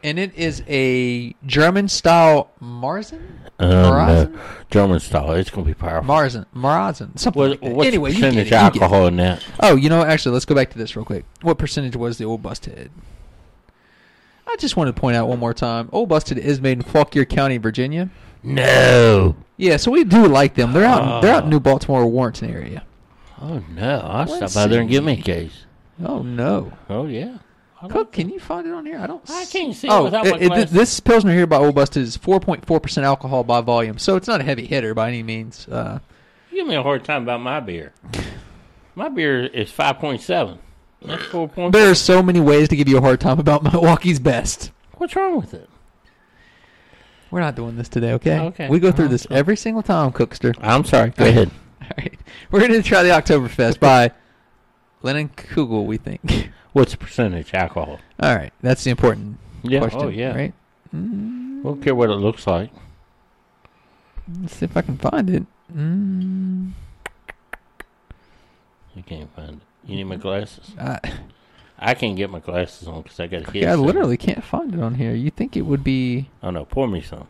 Speaker 2: and it is a German style Marzen,
Speaker 3: Um,
Speaker 2: Marzen,
Speaker 3: uh, German style. It's gonna be powerful.
Speaker 2: Marzen, Marzen, something.
Speaker 3: what,
Speaker 2: like that.
Speaker 3: what's
Speaker 2: anyway,
Speaker 3: the
Speaker 2: you get it,
Speaker 3: percentage
Speaker 2: you get it.
Speaker 3: alcohol in that?
Speaker 2: Oh, you know, actually, let's go back to this real quick. What percentage was the Old Busted? I just wanted to point out one more time. Old Busted is made in Fauquier County, Virginia.
Speaker 3: No.
Speaker 2: Yeah, so we do like them. They're out. they're out in New Baltimore, Warrenton area.
Speaker 3: Oh no! I'll
Speaker 2: Let's
Speaker 3: stop by there and
Speaker 2: see.
Speaker 3: give me a case.
Speaker 2: Oh no,
Speaker 3: Oh yeah. I don't
Speaker 2: Cook, can you find it on here? I don't.
Speaker 3: I
Speaker 2: s-
Speaker 3: can't see it
Speaker 2: oh,
Speaker 3: without my
Speaker 2: it, it,
Speaker 3: glasses.
Speaker 2: this pilsner here by Old Busted is 4.4 percent alcohol by volume, so it's not a heavy hitter by any means. Uh,
Speaker 3: You give me a hard time about my beer. My beer is five point seven. That's four point.
Speaker 2: there are so many ways to give you a hard time about Milwaukee's best.
Speaker 3: What's wrong with it?
Speaker 2: We're not doing this today, okay?
Speaker 3: Okay.
Speaker 2: We go through
Speaker 3: Uh-huh.
Speaker 2: this every single time, Cookster.
Speaker 3: I'm sorry. Go ahead.
Speaker 2: All right. We're going to try the Oktoberfest by Lennon Kugel, we think.
Speaker 3: What's the percentage alcohol?
Speaker 2: All right. That's the important
Speaker 3: Yeah.
Speaker 2: question.
Speaker 3: oh yeah.
Speaker 2: Right?
Speaker 3: Don't care what it looks like.
Speaker 2: Let's see if I can find it. Mm,
Speaker 3: You can't find it. You need my glasses.
Speaker 2: I,
Speaker 3: I can't get my glasses on because I got a head.
Speaker 2: yeah, Uh, I literally can't find it on here. You think it would be.
Speaker 3: Oh no! Pour me some.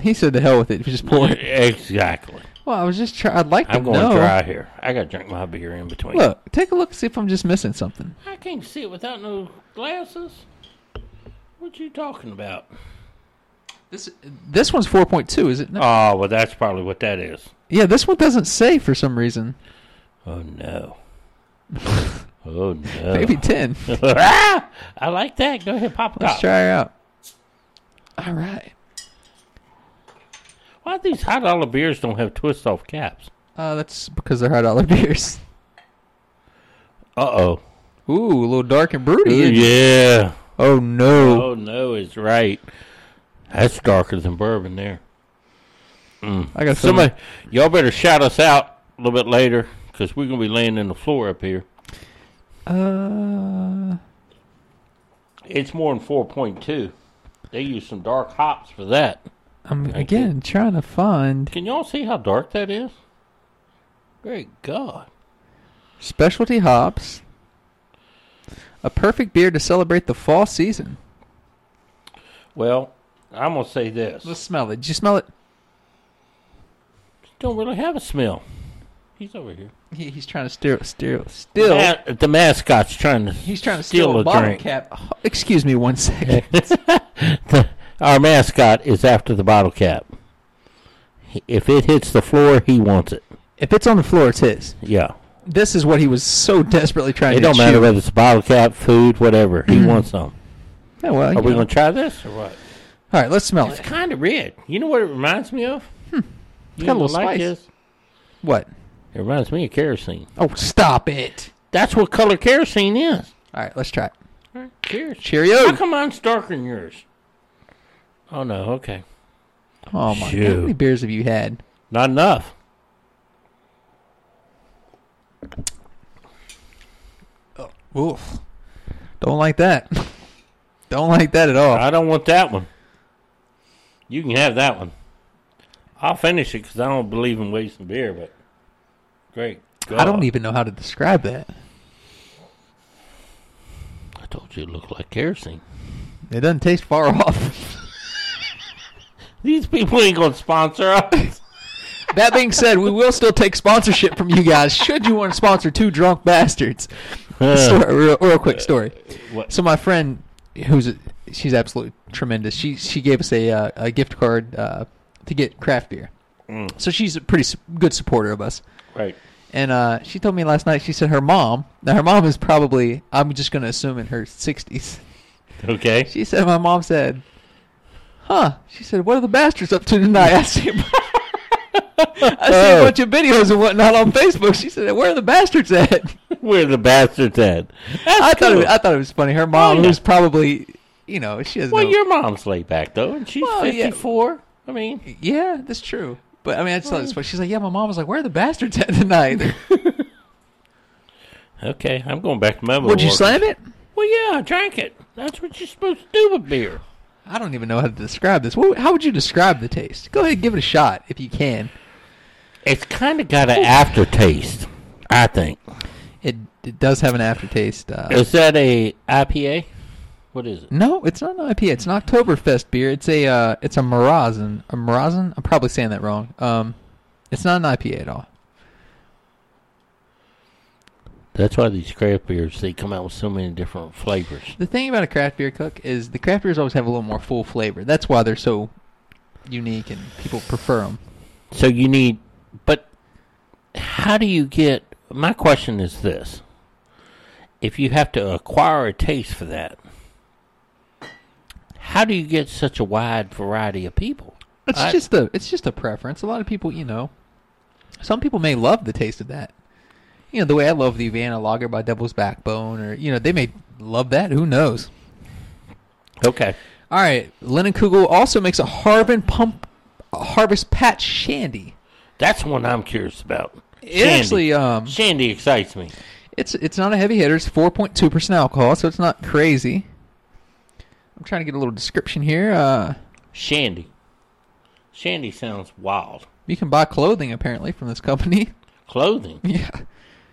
Speaker 2: He said to hell with it. If you just pour it.
Speaker 3: Exactly.
Speaker 2: Well, I was just trying. I'd like
Speaker 3: I'm
Speaker 2: to
Speaker 3: going
Speaker 2: know.
Speaker 3: dry here. I got to drink my beer in between.
Speaker 2: Look, take a look, see if I'm just missing something.
Speaker 3: I can't see it without no glasses. What you talking about?
Speaker 2: This this one's 4.2, is it? No.
Speaker 3: Oh well, that's probably what that is.
Speaker 2: yeah, this one doesn't say for some reason.
Speaker 3: Oh no. oh no.
Speaker 2: Maybe 10.
Speaker 3: Ah! I like that. Go ahead, pop it
Speaker 2: Let's
Speaker 3: off.
Speaker 2: try her out. All right.
Speaker 3: Why these high dollar beers don't have twist off caps?
Speaker 2: Uh, that's because they're high dollar beers.
Speaker 3: Uh oh.
Speaker 2: Ooh, a little dark and broody. isn't it?
Speaker 3: yeah.
Speaker 2: Oh no.
Speaker 3: Oh no, it's right. That's darker than bourbon there.
Speaker 2: I got somebody.
Speaker 3: Somebody, y'all better shout us out a little bit later because we're gonna be laying in the floor up here.
Speaker 2: Uh,
Speaker 3: It's more than four point two. They use some dark hops for that.
Speaker 2: I'm
Speaker 3: Thank
Speaker 2: again trying to find
Speaker 3: Can y'all see how dark that is? Great God!
Speaker 2: specialty hops. A perfect beer to celebrate the fall season.
Speaker 3: Well, I'm gonna say this.
Speaker 2: Let's smell it. Did you smell it?
Speaker 3: don't really have a smell. He's over here.
Speaker 2: He, he's trying to steal, steal, steal.
Speaker 3: Ma- the mascot's trying to.
Speaker 2: he's trying to steal, a bottle cap. Oh, excuse me one second.
Speaker 3: Our mascot is after the bottle cap. He- If it hits the floor, he wants it.
Speaker 2: if it's on the floor, it's his.
Speaker 3: Yeah.
Speaker 2: This is what he was so desperately trying
Speaker 3: It
Speaker 2: to
Speaker 3: don't matter
Speaker 2: chew.
Speaker 3: whether it's Mm-hmm. a bottle cap, food, whatever. He wants some.
Speaker 2: Yeah, Oh, well, you
Speaker 3: Are we
Speaker 2: know.
Speaker 3: going to try this or what?
Speaker 2: All right, let's smell
Speaker 3: It's
Speaker 2: it.
Speaker 3: kind of red. You know what it reminds me of? Hmm. You
Speaker 2: got a little
Speaker 3: don't
Speaker 2: spice. What?
Speaker 3: It reminds me of kerosene.
Speaker 2: Oh, stop it.
Speaker 3: That's what color kerosene is.
Speaker 2: All right, let's try it.
Speaker 3: All right, Cheers.
Speaker 2: Cheerio.
Speaker 3: How come mine's darker than yours? Oh, no. Okay.
Speaker 2: Oh my!
Speaker 3: Shoot.
Speaker 2: How many beers have you had?
Speaker 3: Not enough.
Speaker 2: Oof! Don't like that. Don't like that at all.
Speaker 3: I don't want that one. You can have that one. I'll finish it because I don't believe in wasting beer, but great.
Speaker 2: I don't
Speaker 3: God.
Speaker 2: even know how to describe that.
Speaker 3: e- told you it looked like kerosene.
Speaker 2: It doesn't taste far off.
Speaker 3: These people ain't gonna sponsor us.
Speaker 2: that being said, we will still take sponsorship from you guys should you want to sponsor two drunk bastards. story, real, real quick story.
Speaker 3: What?
Speaker 2: So my friend, who's a, she's absolutely tremendous. She she gave us a uh, a gift card uh, to get craft beer. So she's a pretty su- good supporter of us.
Speaker 3: Right.
Speaker 2: And uh, she told me last night. She said her mom. Now her mom is probably. I'm just going to assume in her 60s.
Speaker 3: Okay.
Speaker 2: She said my mom said, "Huh?" She said, "What are the bastards up to tonight?" I see. I see
Speaker 3: Oh.
Speaker 2: a bunch of videos and whatnot on Facebook. She said, "Where are the bastards at?"
Speaker 3: Where the bastards at? That's
Speaker 2: I thought it,
Speaker 3: cool.
Speaker 2: was- I thought it was funny. Her mom,
Speaker 3: Oh, yeah.
Speaker 2: who's probably, you know, she has
Speaker 3: well,
Speaker 2: no.
Speaker 3: your mom's laid back though, and she's
Speaker 2: Well, yeah.
Speaker 3: fifty-four. I mean,
Speaker 2: yeah, that's true. But I mean, I just thought it was funny. She's like, "Yeah, my mom was like, where are the bastards at tonight?"
Speaker 3: okay, I'm going back to my.
Speaker 2: Would you
Speaker 3: work.
Speaker 2: slam it?
Speaker 3: Well, yeah, I drank it. That's what you're supposed to do with beer.
Speaker 2: I don't even know how to describe this. What, how would you describe the taste? Go ahead, give it a shot if you can.
Speaker 3: It's kind of got an aftertaste. I think.
Speaker 2: It it does have an aftertaste. Uh,
Speaker 3: Is that a IPA? What is it?
Speaker 2: no, it's not an IPA. It's an Oktoberfest beer. It's a uh, it's a Marazen. A Marazen. I'm probably saying that wrong. Um, it's not an IPA at all.
Speaker 3: That's why these craft beers they come out with so many different flavors.
Speaker 2: The thing about a craft beer cook is the craft beers always have a little more full flavor. That's why they're so unique and people prefer them.
Speaker 3: So you need, but how do you get? My question is this: If you have to acquire a taste for that, how do you get such a wide variety of people?
Speaker 2: It's
Speaker 3: I-
Speaker 2: just a it's just a preference. A lot of people, you know, some people may love the taste of that. You know, the way I love the Vienna Lager by Devil's Backbone, or you know, they may love that. Who knows?
Speaker 3: Okay,
Speaker 2: All right, Lennon Kugel also makes a Harbin Pump a Harvest Patch Shandy.
Speaker 3: that's one I'm curious about.
Speaker 2: It actually, um,
Speaker 3: Shandy excites me.
Speaker 2: It's it's not a heavy hitter. It's four point two percent alcohol, so it's not crazy. I'm trying to get a little description here. Uh,
Speaker 3: Shandy, Shandy sounds wild.
Speaker 2: you can buy clothing apparently from this company.
Speaker 3: Clothing,
Speaker 2: yeah.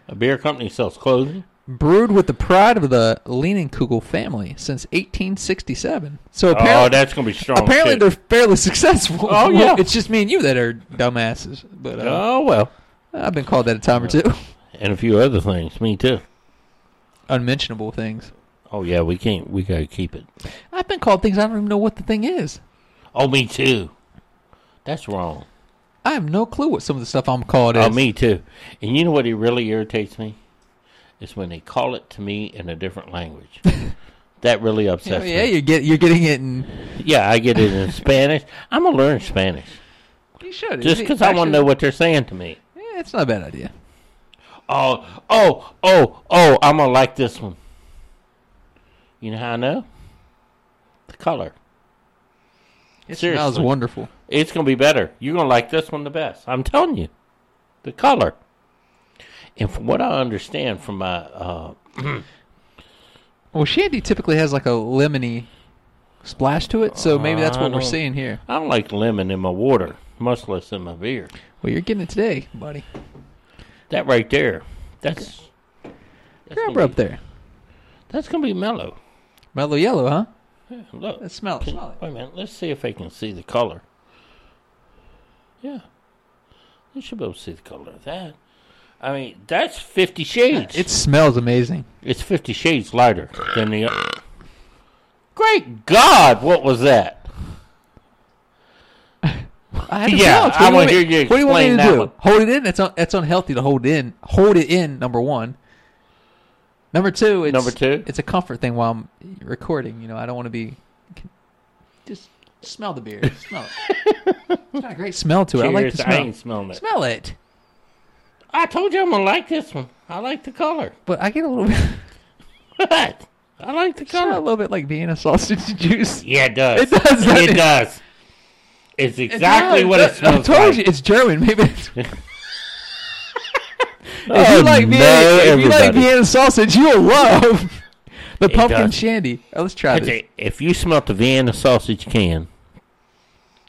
Speaker 3: a beer company sells clothing.
Speaker 2: brewed with the pride of the Leanenkugel family since 1867. So apparently,
Speaker 3: Oh, that's gonna be strong.
Speaker 2: apparently
Speaker 3: shit.
Speaker 2: they're fairly successful.
Speaker 3: Oh, yeah.
Speaker 2: it's just me and you that are dumbasses. But uh,
Speaker 3: Oh well,
Speaker 2: I've been called that a time or two.
Speaker 3: and a few other things. Me too.
Speaker 2: Unmentionable things.
Speaker 3: Oh yeah, we can't. We gotta keep it.
Speaker 2: I've been called things I don't even know what the thing is.
Speaker 3: Oh, me too. That's wrong.
Speaker 2: I have no clue what some of the stuff I'm called is.
Speaker 3: Oh, me too. And you know what? It really irritates me is when they call it to me in a different language. that really
Speaker 2: Oh,
Speaker 3: upsets
Speaker 2: yeah,
Speaker 3: me.
Speaker 2: you get you're getting it, in
Speaker 3: Yeah, I get it in Spanish. I'm gonna learn Spanish
Speaker 2: you should
Speaker 3: just because I want to know what they're saying to me.
Speaker 2: Yeah, it's not a bad idea.
Speaker 3: Oh, oh, oh, oh! I'm gonna like this one. You know how I know? The color.
Speaker 2: It smells
Speaker 3: Seriously.
Speaker 2: wonderful.
Speaker 3: It's gonna be better. You're gonna like this one the best. I'm telling you, the color. And from what I understand from my uh,
Speaker 2: Well, shandy typically has like a lemony splash to it, so maybe that's
Speaker 3: Uh, I
Speaker 2: what we're
Speaker 3: don't-
Speaker 2: seeing here.
Speaker 3: I don't like lemon in my water, much less in my beer.
Speaker 2: Well, you're getting it today, buddy.
Speaker 3: That right there, that's that's
Speaker 2: Grab
Speaker 3: gonna
Speaker 2: her up
Speaker 3: be-
Speaker 2: there.
Speaker 3: That's gonna be mellow.
Speaker 2: Mellow yellow, huh?
Speaker 3: Yeah, look,
Speaker 2: Let's smell it.
Speaker 3: Can-
Speaker 2: Smell it.
Speaker 3: Wait a minute. Let's see if I can see the color. Yeah, you should be able to see the color of that. I mean, that's Fifty Shades.
Speaker 2: It smells amazing.
Speaker 3: It's Fifty Shades lighter than the. Great God! What was that?
Speaker 2: I had to
Speaker 3: Yeah,
Speaker 2: balance. What
Speaker 3: I
Speaker 2: do
Speaker 3: wanna
Speaker 2: want me-
Speaker 3: hear you
Speaker 2: What do you want me to
Speaker 3: explain that
Speaker 2: do?
Speaker 3: one.
Speaker 2: Hold it in. That's un- that's unhealthy to hold in. Hold it in. Number one. Number two. It's,
Speaker 3: Number two?
Speaker 2: It's a comfort thing while I'm recording. You know, I don't want to be. Just smell the beer. Smell it. it's got a great smell to it. I like
Speaker 3: Cheers,
Speaker 2: the
Speaker 3: I
Speaker 2: smell.
Speaker 3: ain't smelling it.
Speaker 2: smell it.
Speaker 3: I told you I'm gonna like this one. I like the color.
Speaker 2: But I get a little bit.
Speaker 3: What? I like the
Speaker 2: smell a
Speaker 3: color.
Speaker 2: little bit like Vienna sausage juice.
Speaker 3: Yeah, it does.
Speaker 2: It does, doesn't
Speaker 3: It
Speaker 2: it?
Speaker 3: does. It's exactly what it smells
Speaker 2: I told
Speaker 3: like.
Speaker 2: you it's German. Maybe. It's- if
Speaker 3: Oh,
Speaker 2: you like Vienna,
Speaker 3: no,
Speaker 2: if you like
Speaker 3: everybody.
Speaker 2: Vienna sausage, you'll love the pumpkin
Speaker 3: does.
Speaker 2: shandy. Oh, let's try this.
Speaker 3: Okay, if you smelt the Vienna sausage can,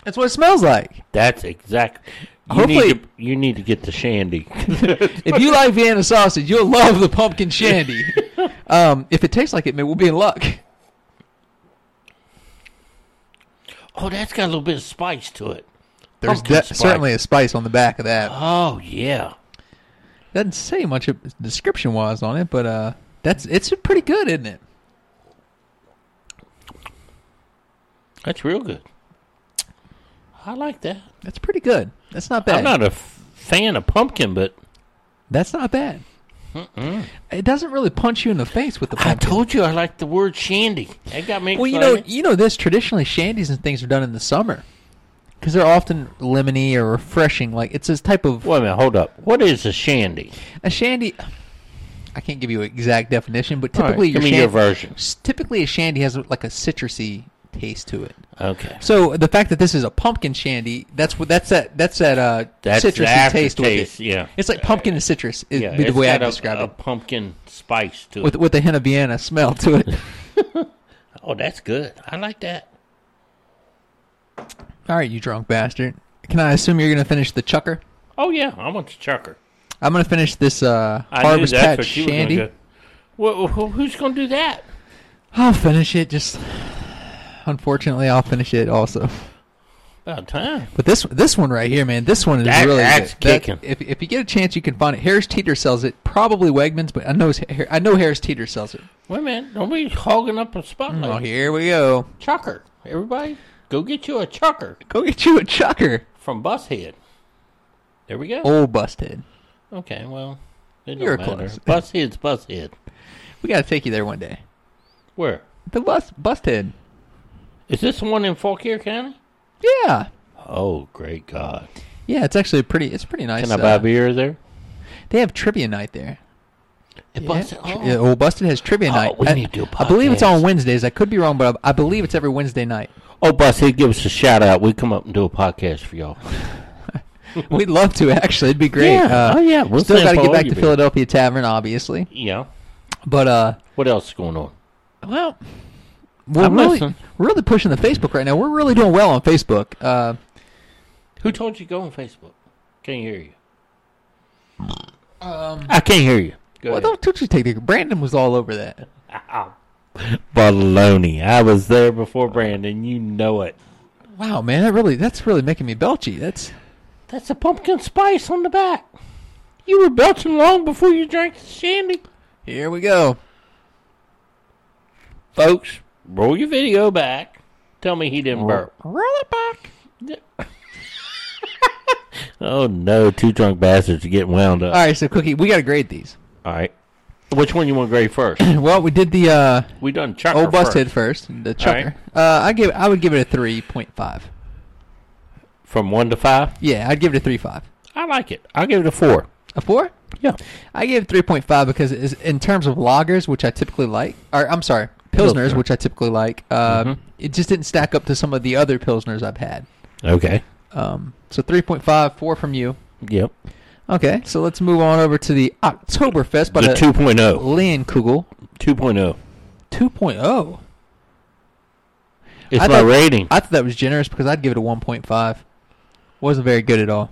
Speaker 2: That's what it smells like.
Speaker 3: that's exact. You
Speaker 2: Hopefully-
Speaker 3: need to, you need to get the shandy.
Speaker 2: If you like Vienna sausage, you'll love the pumpkin shandy. Um, if it tastes like it, man, we'll be in luck.
Speaker 3: Oh, that's got a little bit of spice to it.
Speaker 2: There's
Speaker 3: Pumpkin
Speaker 2: de-
Speaker 3: spice.
Speaker 2: Oh, certainly a spice on the back of that.
Speaker 3: Oh yeah.
Speaker 2: Doesn't say much description wise on it, but uh, that's it's pretty good, isn't it?
Speaker 3: That's real good. I like that.
Speaker 2: That's pretty good. That's not bad.
Speaker 3: I'm not a f- fan of pumpkin, but
Speaker 2: That's not bad. It doesn't really punch you in the face with the
Speaker 3: I
Speaker 2: pumpkin.
Speaker 3: told you I like the word shandy. That got me
Speaker 2: well, you
Speaker 3: excited.
Speaker 2: know, you know this traditionally shandies and things are done in the summer because they're often lemony or refreshing. Like it's this type of
Speaker 3: Wait a minute, hold up. What is a shandy?
Speaker 2: a shandy. I can't give you an exact definition, but typically
Speaker 3: give
Speaker 2: your,
Speaker 3: me
Speaker 2: shan-
Speaker 3: your version.
Speaker 2: s- Typically, a shandy has like a citrusy taste to it.
Speaker 3: Okay.
Speaker 2: So the fact that this is a pumpkin shandy, that's what that's that that's that uh
Speaker 3: That's the
Speaker 2: citrusy taste with it.
Speaker 3: aftertaste, yeah.
Speaker 2: it's like pumpkin and citrus. Is
Speaker 3: Yeah,
Speaker 2: be the
Speaker 3: it's
Speaker 2: way I
Speaker 3: got a-
Speaker 2: describe
Speaker 3: a
Speaker 2: it.
Speaker 3: pumpkin spice to
Speaker 2: With
Speaker 3: it.
Speaker 2: with a hint of Vienna smell to it.
Speaker 3: Oh, that's good. I like that.
Speaker 2: All right, you drunk bastard. Can I assume you're going to finish the chucker?
Speaker 3: Oh yeah, I want the chucker.
Speaker 2: I'm going to finish this uh,
Speaker 3: I
Speaker 2: Harvest
Speaker 3: knew that's
Speaker 2: Patch
Speaker 3: what you were gonna
Speaker 2: Shandy.
Speaker 3: do. Well, wh- who's gonna do that?
Speaker 2: I'll finish it. Just unfortunately, I'll finish it also.
Speaker 3: About time.
Speaker 2: But this this one right here, man, this one is
Speaker 3: That-
Speaker 2: really
Speaker 3: that's
Speaker 2: good. That-
Speaker 3: kicking.
Speaker 2: if, if you get a chance, you can find it. Harris Teeter sells it. Probably Wegmans, but I know it's- I know Harris Teeter sells it.
Speaker 3: Wait a minute, don't be hogging up a spotlight.
Speaker 2: Oh, here we go.
Speaker 3: Chucker, everybody, go get you a chucker
Speaker 2: Go get you a chucker,
Speaker 3: from Bushead. There we go.
Speaker 2: old busthead.
Speaker 3: Okay, well, it don't
Speaker 2: Oh. You're
Speaker 3: matter.
Speaker 2: close.
Speaker 3: Bushead's Bushead.
Speaker 2: We got to take you there one day.
Speaker 3: Where
Speaker 2: The bus busthead.
Speaker 3: is this the one in Fauquier County?
Speaker 2: Yeah,
Speaker 3: Oh, great God!
Speaker 2: yeah. It's actually pretty. It's pretty nice.
Speaker 3: Can I buy
Speaker 2: uh,
Speaker 3: beer there?
Speaker 2: They have trivia night there.
Speaker 3: It
Speaker 2: Yeah,
Speaker 3: Bushead.
Speaker 2: tri-
Speaker 3: Oh.
Speaker 2: yeah, well, Busted has trivia
Speaker 3: Oh,
Speaker 2: night.
Speaker 3: we
Speaker 2: I,
Speaker 3: need to do a
Speaker 2: I believe it's
Speaker 3: podcast.
Speaker 2: on Wednesdays. I could be wrong, but I, I believe it's every Wednesday night.
Speaker 3: oh, Bushead, give us a shout out. We come up and do a podcast for y'all.
Speaker 2: We'd love to actually. It'd be great.
Speaker 3: Yeah.
Speaker 2: Uh,
Speaker 3: Oh, yeah. We'll
Speaker 2: still
Speaker 3: send
Speaker 2: got to
Speaker 3: for
Speaker 2: get
Speaker 3: all
Speaker 2: back
Speaker 3: you
Speaker 2: to
Speaker 3: beer.
Speaker 2: Philadelphia Tavern, obviously.
Speaker 3: yeah.
Speaker 2: But uh,
Speaker 3: What else is going on?
Speaker 2: well, we're
Speaker 3: I'm
Speaker 2: really
Speaker 3: listening.
Speaker 2: we're really pushing the Facebook right now. We're really doing well on Facebook. Uh,
Speaker 3: Who told you to go on Facebook? Can't hear you. Um, I can't hear you. Go
Speaker 2: well,
Speaker 3: ahead.
Speaker 2: don't, don't you take the Brandon was all over that.
Speaker 3: Baloney. I was there before
Speaker 2: Uh,
Speaker 3: Brandon. You know it.
Speaker 2: Wow, man, that really that's really making me belchy. That's
Speaker 3: That's a pumpkin spice on the back. You were belching long before you drank the shandy.
Speaker 2: here we go.
Speaker 3: Folks, roll your video back. Tell me he
Speaker 2: Oh.
Speaker 3: didn't burp. Roll it back. oh no, two drunk bastards are getting wound up.
Speaker 2: All right, so Cookie, we got to grade these.
Speaker 3: All right. Which one you want to grade first?
Speaker 2: Well, we did the uh,
Speaker 3: We done chucker
Speaker 2: Old
Speaker 3: first.
Speaker 2: busted first, the chucker. Uh, I give I would give it a three point five.
Speaker 3: From one to five.
Speaker 2: Yeah, I'd give it a three five.
Speaker 3: I like it. I'll give it a four.
Speaker 2: A four?
Speaker 3: Yeah.
Speaker 2: I give it three point five because it is, in terms of lagers, which I typically like, or I'm sorry, pilsners,
Speaker 3: Pilsner. Mm-hmm.
Speaker 2: which I typically like, uh, it just didn't stack up to some of the other pilsners I've had.
Speaker 3: Okay.
Speaker 2: Um, so 3.5, four from you.
Speaker 3: Yep.
Speaker 2: Okay, so let's move on over to the Oktoberfest by
Speaker 3: the oh.
Speaker 2: the,
Speaker 3: 2.0.
Speaker 2: Lynn Kugel
Speaker 3: 2.0.
Speaker 2: 2.0.
Speaker 3: It's
Speaker 2: I
Speaker 3: my
Speaker 2: thought-
Speaker 3: rating. I,
Speaker 2: oh. I thought that was generous because I'd give it a 1.5. Wasn't very good at all.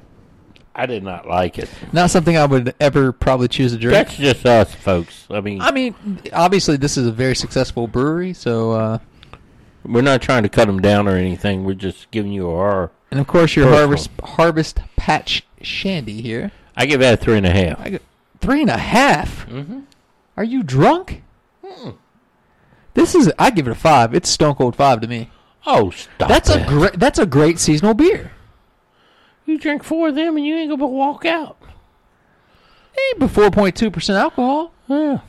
Speaker 3: did not like it.
Speaker 2: Not something I would ever probably choose to drink.
Speaker 3: That's just us, folks. I mean,
Speaker 2: I mean, obviously, this is a very successful brewery. So, uh,
Speaker 3: we're not trying to cut them down or anything. We're just giving you our.
Speaker 2: and of course, your
Speaker 3: Personal.
Speaker 2: harvest harvest patch shandy here.
Speaker 3: I give that a three and a half.
Speaker 2: I got three and a half.
Speaker 3: Mm-hmm.
Speaker 2: Are you drunk? This is I give it a five. It's stone cold five to me.
Speaker 3: Oh, stop!
Speaker 2: That's a
Speaker 3: that.
Speaker 2: great. That's a great seasonal beer.
Speaker 3: You drink four of them and you ain't gonna walk out.
Speaker 2: Hey, but four point two percent alcohol.
Speaker 3: Yeah,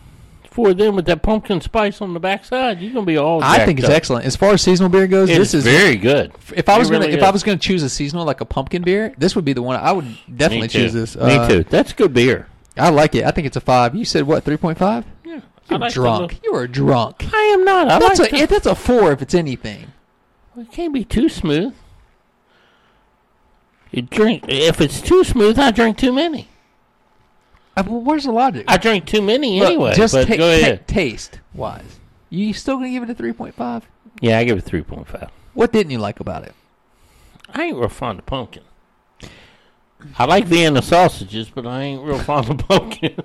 Speaker 3: four of them with that pumpkin spice on the backside. You're gonna be all.
Speaker 2: I
Speaker 3: jacked
Speaker 2: think it's
Speaker 3: up.
Speaker 2: excellent as far as seasonal beer goes.
Speaker 3: It
Speaker 2: this
Speaker 3: is
Speaker 2: is
Speaker 3: very good.
Speaker 2: if I
Speaker 3: It
Speaker 2: was gonna
Speaker 3: really
Speaker 2: if I
Speaker 3: is.
Speaker 2: was gonna choose a seasonal like a pumpkin beer, this would be the one I would definitely
Speaker 3: Me too.
Speaker 2: choose. This
Speaker 3: Me
Speaker 2: Uh,
Speaker 3: too. That's good beer.
Speaker 2: I like it. I think it's a five. You said what? Three point five?
Speaker 3: Yeah,
Speaker 2: You're drunk. You are drunk.
Speaker 3: I am not. I
Speaker 2: That's
Speaker 3: like
Speaker 2: a
Speaker 3: it.
Speaker 2: that's a four if it's anything.
Speaker 3: It can't be too smooth. You drink if it's too smooth. I drink too many.
Speaker 2: I, Uh, well, where's the logic?
Speaker 3: I drink too many
Speaker 2: Look,
Speaker 3: anyway.
Speaker 2: just
Speaker 3: but
Speaker 2: ta-
Speaker 3: go
Speaker 2: ta-
Speaker 3: ahead.
Speaker 2: taste wise, you still gonna give it a three point five?
Speaker 3: yeah, I give it three point five.
Speaker 2: What didn't you like about it?
Speaker 3: I ain't real fond of pumpkin. I like Vienna sausages, but I ain't real fond of pumpkin.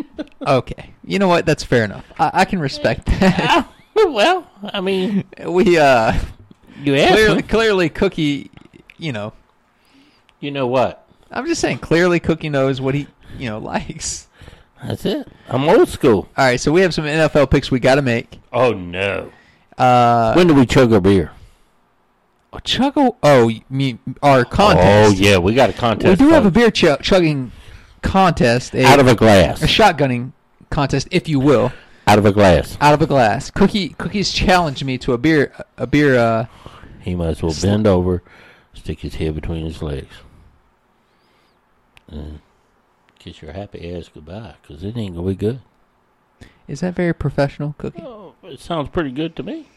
Speaker 2: okay. You know what? That's fair enough. I, I can respect that.
Speaker 3: Ah, well, I mean,
Speaker 2: we uh
Speaker 3: you asked
Speaker 2: clearly
Speaker 3: me.
Speaker 2: clearly Cookie, you know,
Speaker 3: You know what?
Speaker 2: I'm just saying clearly Cookie knows what he, you know, likes.
Speaker 3: That's it. I'm old school.
Speaker 2: All right, so we have some NFL picks we got to make.
Speaker 3: Oh no.
Speaker 2: Uh
Speaker 3: When do we chug a beer?
Speaker 2: chuggle Oh, you mean our contest.
Speaker 3: Oh yeah, we got a contest.
Speaker 2: we do have a
Speaker 3: folks.
Speaker 2: beer chug chugging contest, a,
Speaker 3: out of a
Speaker 2: a
Speaker 3: glass.
Speaker 2: shotgunning contest if you will.
Speaker 3: Out of a glass.
Speaker 2: out of a glass. Cookie cookies challenged me to a beer a beer uh
Speaker 3: He might as well bend over, stick his head between his legs, and kiss your happy ass goodbye, 'cause it ain't gonna be good.
Speaker 2: is that very professional cookie?
Speaker 3: Oh, it sounds pretty good to me.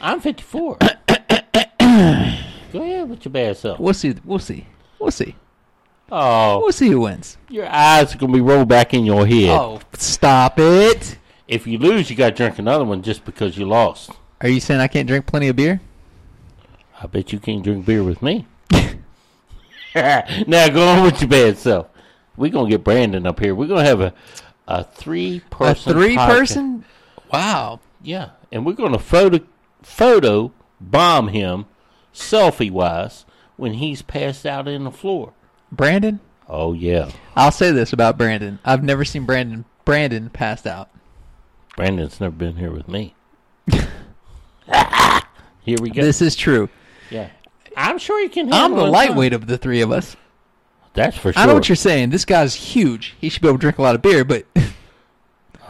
Speaker 3: I'm 54. Go ahead with your bad self.
Speaker 2: We'll see we'll see. We'll see.
Speaker 3: Oh,
Speaker 2: We'll see who wins.
Speaker 3: your eyes are gonna be rolled back in your head.
Speaker 2: Oh, stop it.
Speaker 3: If you lose, you gotta drink another one just because you lost.
Speaker 2: Are you saying I can't drink plenty of beer?
Speaker 3: I bet you can't drink beer with me. now go on with your bad self. We're gonna get Brandon up here. We're gonna have a a three
Speaker 2: A
Speaker 3: person
Speaker 2: three person? Wow.
Speaker 3: Yeah. And we're gonna photo photo bomb him selfie wise when he's passed out in the floor.
Speaker 2: Brandon?
Speaker 3: Oh yeah.
Speaker 2: I'll say this about Brandon. I've never seen Brandon Brandon passed out.
Speaker 3: Brandon's never been here with me. here we go.
Speaker 2: This is true.
Speaker 3: yeah. I'm sure you can
Speaker 2: I'm
Speaker 3: handle
Speaker 2: the
Speaker 3: it.
Speaker 2: lightweight of the three of us.
Speaker 3: That's for sure.
Speaker 2: I know what you're saying. This guy's huge. He should be able to drink a lot of beer, but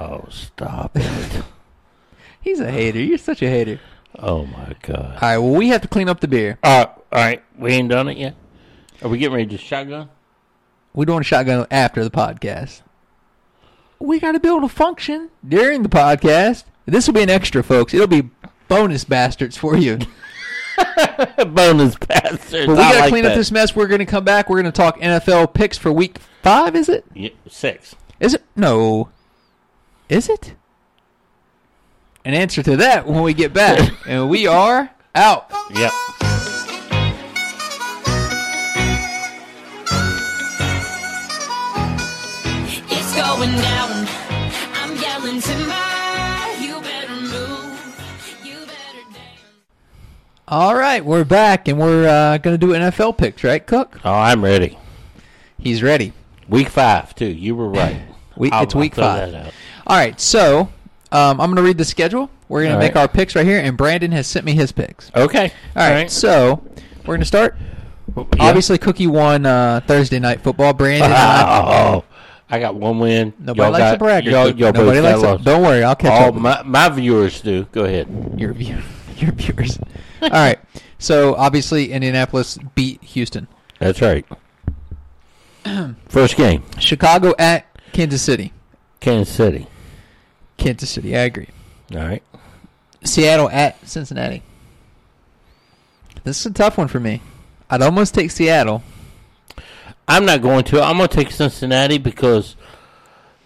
Speaker 3: oh, stop it.
Speaker 2: he's
Speaker 3: Uh.
Speaker 2: a hater. You're such a hater.
Speaker 3: oh my god.
Speaker 2: All right, well, we have to clean up the beer.
Speaker 3: Uh, all right, we ain't done it yet. Are we getting ready to shotgun?
Speaker 2: We're doing a shotgun after the podcast. We got to be able to function during the podcast. This will be an extra, folks. It'll be bonus bastards for you.
Speaker 3: Bonus bastards.
Speaker 2: But we got to clean up this mess. We're going to come back. We're going to talk NFL picks for week five. Is it?
Speaker 3: Yeah, six.
Speaker 2: Is it? No. Is it? An answer to that when we get back. and we are out.
Speaker 3: Yep.
Speaker 1: It's going down. I'm yelling timber. You better move. You better dance.
Speaker 2: All right, we're back, and we're uh, going to do NFL picks, right, Cook?
Speaker 3: Oh, I'm ready.
Speaker 2: He's ready.
Speaker 3: Week five too. You were right.
Speaker 2: We,
Speaker 3: I'll-
Speaker 2: it's week
Speaker 3: I'll throw
Speaker 2: five.
Speaker 3: that out.
Speaker 2: All right, so um, I'm going to read the schedule. We're going
Speaker 3: All
Speaker 2: to make
Speaker 3: right.
Speaker 2: our picks right here, and Brandon has sent me his picks.
Speaker 3: Okay.
Speaker 2: All right, so we're going to start. Obviously, Cookie won uh, Thursday night football. Brandon and I.
Speaker 3: Oh, I got one win.
Speaker 2: Nobody
Speaker 3: Y'all
Speaker 2: likes
Speaker 3: got,
Speaker 2: a bragger.
Speaker 3: Y'all,
Speaker 2: Cookie.
Speaker 3: y'all
Speaker 2: Nobody
Speaker 3: both got
Speaker 2: likes a-
Speaker 3: lost.
Speaker 2: Don't worry, I'll catch
Speaker 3: All
Speaker 2: up with
Speaker 3: my, my viewers do. Go ahead.
Speaker 2: your, view, your viewers. All right, so obviously Indianapolis beat Houston.
Speaker 3: That's right. First game,
Speaker 2: Chicago at Kansas City.
Speaker 3: Kansas City.
Speaker 2: Kansas City, I agree.
Speaker 3: All right.
Speaker 2: Seattle at Cincinnati. This is a tough one for me. I'd almost take Seattle.
Speaker 3: I'm not going to. I'm going to take Cincinnati because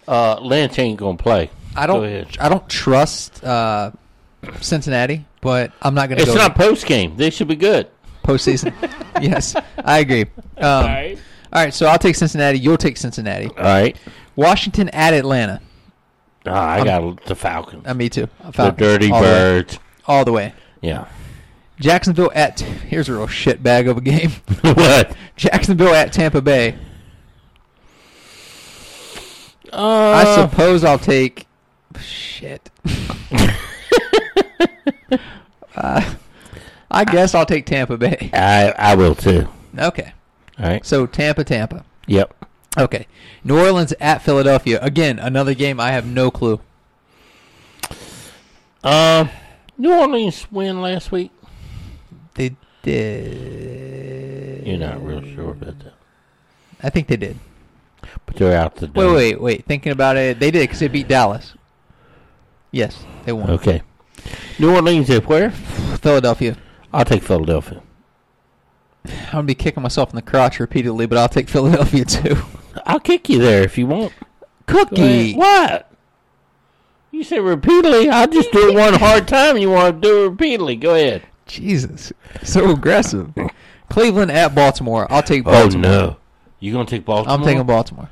Speaker 3: uh, Lynch ain't going to play.
Speaker 2: I
Speaker 3: Go ahead.
Speaker 2: don't. I don't trust uh, Cincinnati, but I'm not going to
Speaker 3: It's
Speaker 2: go
Speaker 3: not post game. They should be good.
Speaker 2: postseason. yes, I agree. Um, all right. so I'll take Cincinnati. You'll take Cincinnati.
Speaker 3: All right.
Speaker 2: Washington at Atlanta.
Speaker 3: Ah, I got the Falcons.
Speaker 2: Uh, me too.
Speaker 3: the
Speaker 2: Falcons.
Speaker 3: Dirty
Speaker 2: all The way,
Speaker 3: Birds.
Speaker 2: all the way.
Speaker 3: Yeah.
Speaker 2: Jacksonville at. Here's a real shit bag of a game.
Speaker 3: what?
Speaker 2: Jacksonville at Tampa Bay. I
Speaker 3: Uh,
Speaker 2: suppose I'll take. Shit. Uh, I guess I'll take Tampa Bay.
Speaker 3: I I will too.
Speaker 2: Okay.
Speaker 3: All right.
Speaker 2: So Tampa, Tampa.
Speaker 3: Yep.
Speaker 2: Okay. New Orleans at Philadelphia. Again, another game I have no clue.
Speaker 3: Um, New Orleans win last week.
Speaker 2: They did.
Speaker 3: You're not real sure about that,
Speaker 2: I think they did.
Speaker 3: but they're out the
Speaker 2: Wait,
Speaker 3: door.
Speaker 2: wait, wait. Thinking about it, they did because they beat Dallas. Yes, they won.
Speaker 3: Okay. New Orleans at where?
Speaker 2: Philadelphia.
Speaker 3: I'll take Philadelphia.
Speaker 2: I'm gonna be kicking myself in the crotch repeatedly, but I'll take Philadelphia too.
Speaker 3: I'll kick you there if you want.
Speaker 2: Cookie.
Speaker 3: What? You said repeatedly. I'll just do it one hard time. You want to do it repeatedly? Go ahead.
Speaker 2: Jesus, so aggressive. Cleveland
Speaker 3: Oh,
Speaker 2: at Baltimore. I'll take Baltimore.
Speaker 3: no! You gonna take Baltimore?
Speaker 2: I'm taking Baltimore.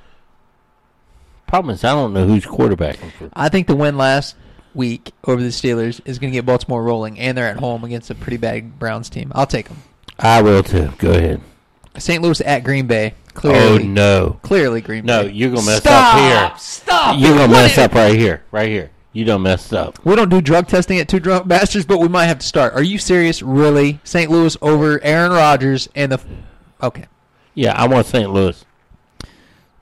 Speaker 3: Problem is, I don't know who's quarterbacking for.
Speaker 2: I think the win last week over the Steelers is going to get Baltimore rolling, and they're at home against a pretty bad Browns team. I'll take them.
Speaker 3: I will too. Go ahead.
Speaker 2: St. Louis at Green Bay. Clearly,
Speaker 3: Oh no,
Speaker 2: clearly Green
Speaker 3: no,
Speaker 2: Bay.
Speaker 3: you're gonna mess
Speaker 2: Stop!
Speaker 3: up here.
Speaker 2: Stop!
Speaker 3: You're gonna
Speaker 2: What
Speaker 3: mess
Speaker 2: is-
Speaker 3: up right here, right here. You don't mess up.
Speaker 2: We don't do drug testing at Two Drunk Bastards, but we might have to start. Are you serious? Really? St. Louis over Aaron Rodgers and the. Okay.
Speaker 3: Yeah, I want St. Louis.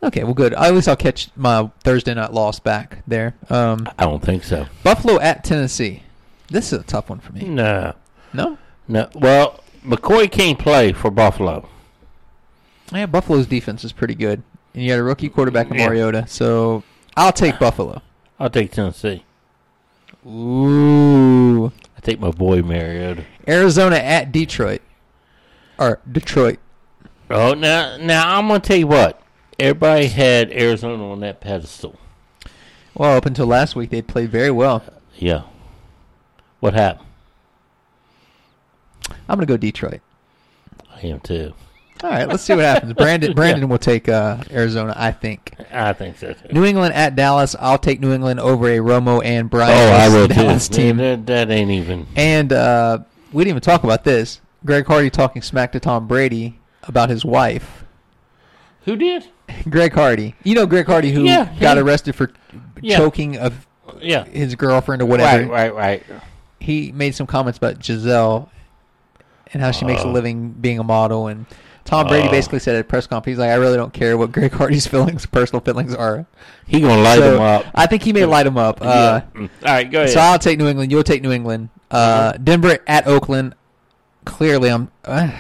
Speaker 2: Okay, well, good. At least I'll catch my Thursday night loss back there. Um,
Speaker 3: I don't think so.
Speaker 2: Buffalo at Tennessee. This is a tough one for
Speaker 3: Hmm.
Speaker 2: me.
Speaker 3: No,
Speaker 2: No?
Speaker 3: no. Well, McCoy can't play for Buffalo.
Speaker 2: Yeah, Buffalo's defense is pretty good. And you had a rookie quarterback in Mariota, so I'll take Buffalo.
Speaker 3: I'll take Tennessee.
Speaker 2: Ooh.
Speaker 3: I take my boy Mariota.
Speaker 2: Arizona at Detroit. Or Detroit.
Speaker 3: Oh, now, now I'm gonna tell you what. Everybody had Arizona on that pedestal.
Speaker 2: Well, up until last week, they played very well.
Speaker 3: Yeah. What happened?
Speaker 2: I'm going to go Detroit.
Speaker 3: I am too.
Speaker 2: All right, let's see what happens. Brandon Brandon will take uh, Arizona, I think.
Speaker 3: I think so. Too.
Speaker 2: New England at Dallas. I'll take New England over a Romo and Brian
Speaker 3: Oh, I will
Speaker 2: Dallas
Speaker 3: too.
Speaker 2: team.
Speaker 3: That, that ain't even.
Speaker 2: And uh, we didn't even talk about this. Greg Hardy talking smack to Tom Brady about his wife.
Speaker 3: Who did?
Speaker 2: Greg Hardy. You know Greg Hardy who
Speaker 3: Yeah,
Speaker 2: got
Speaker 3: yeah.
Speaker 2: arrested for
Speaker 3: Yeah.
Speaker 2: choking of
Speaker 3: Yeah.
Speaker 2: his girlfriend or whatever.
Speaker 3: Right, right, right.
Speaker 2: He made some comments about Giselle and how she makes a living being a model and Tom Brady basically said at a press conference, he's like, I really don't care what Greg Hardy's feelings, personal feelings are.
Speaker 3: He gonna light
Speaker 2: So,
Speaker 3: him up.
Speaker 2: I think he may light him up. Uh,
Speaker 3: Yeah. Mm. All right, go ahead.
Speaker 2: So I'll take New England. You'll take New England. Uh,
Speaker 3: Uh-huh.
Speaker 2: Denver at Oakland. Clearly, I'm. Uh,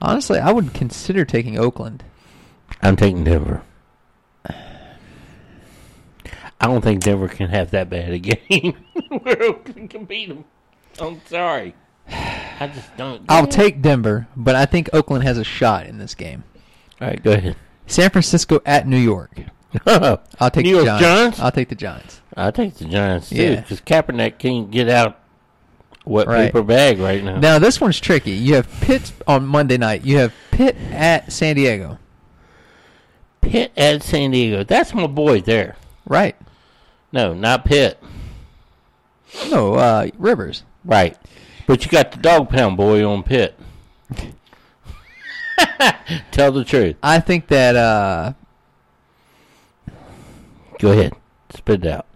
Speaker 2: honestly, I would consider taking Oakland.
Speaker 3: I'm taking Denver. I don't think Denver can have that bad a game where Oakland can beat them. I'm sorry. I just don't.
Speaker 2: I'll take Denver, but I think Oakland has a shot in this game.
Speaker 3: All right, go ahead.
Speaker 2: San Francisco at New York. I'll take
Speaker 3: New
Speaker 2: the
Speaker 3: York
Speaker 2: Giants.
Speaker 3: Giants.
Speaker 2: I'll take the Giants.
Speaker 3: I take the Giants too
Speaker 2: Yeah.
Speaker 3: because Kaepernick can't get out what
Speaker 2: Right.
Speaker 3: paper bag right now.
Speaker 2: Now this one's tricky. You have Pitt on Monday night. You have Pitt at San Diego.
Speaker 3: Pitt at San Diego. That's my boy there.
Speaker 2: Right.
Speaker 3: No, not Pitt.
Speaker 2: No, uh, Rivers.
Speaker 3: Right. But you got the dog pound boy on Pitt. Tell the truth.
Speaker 2: I think that uh,
Speaker 3: Go ahead. Spit it out.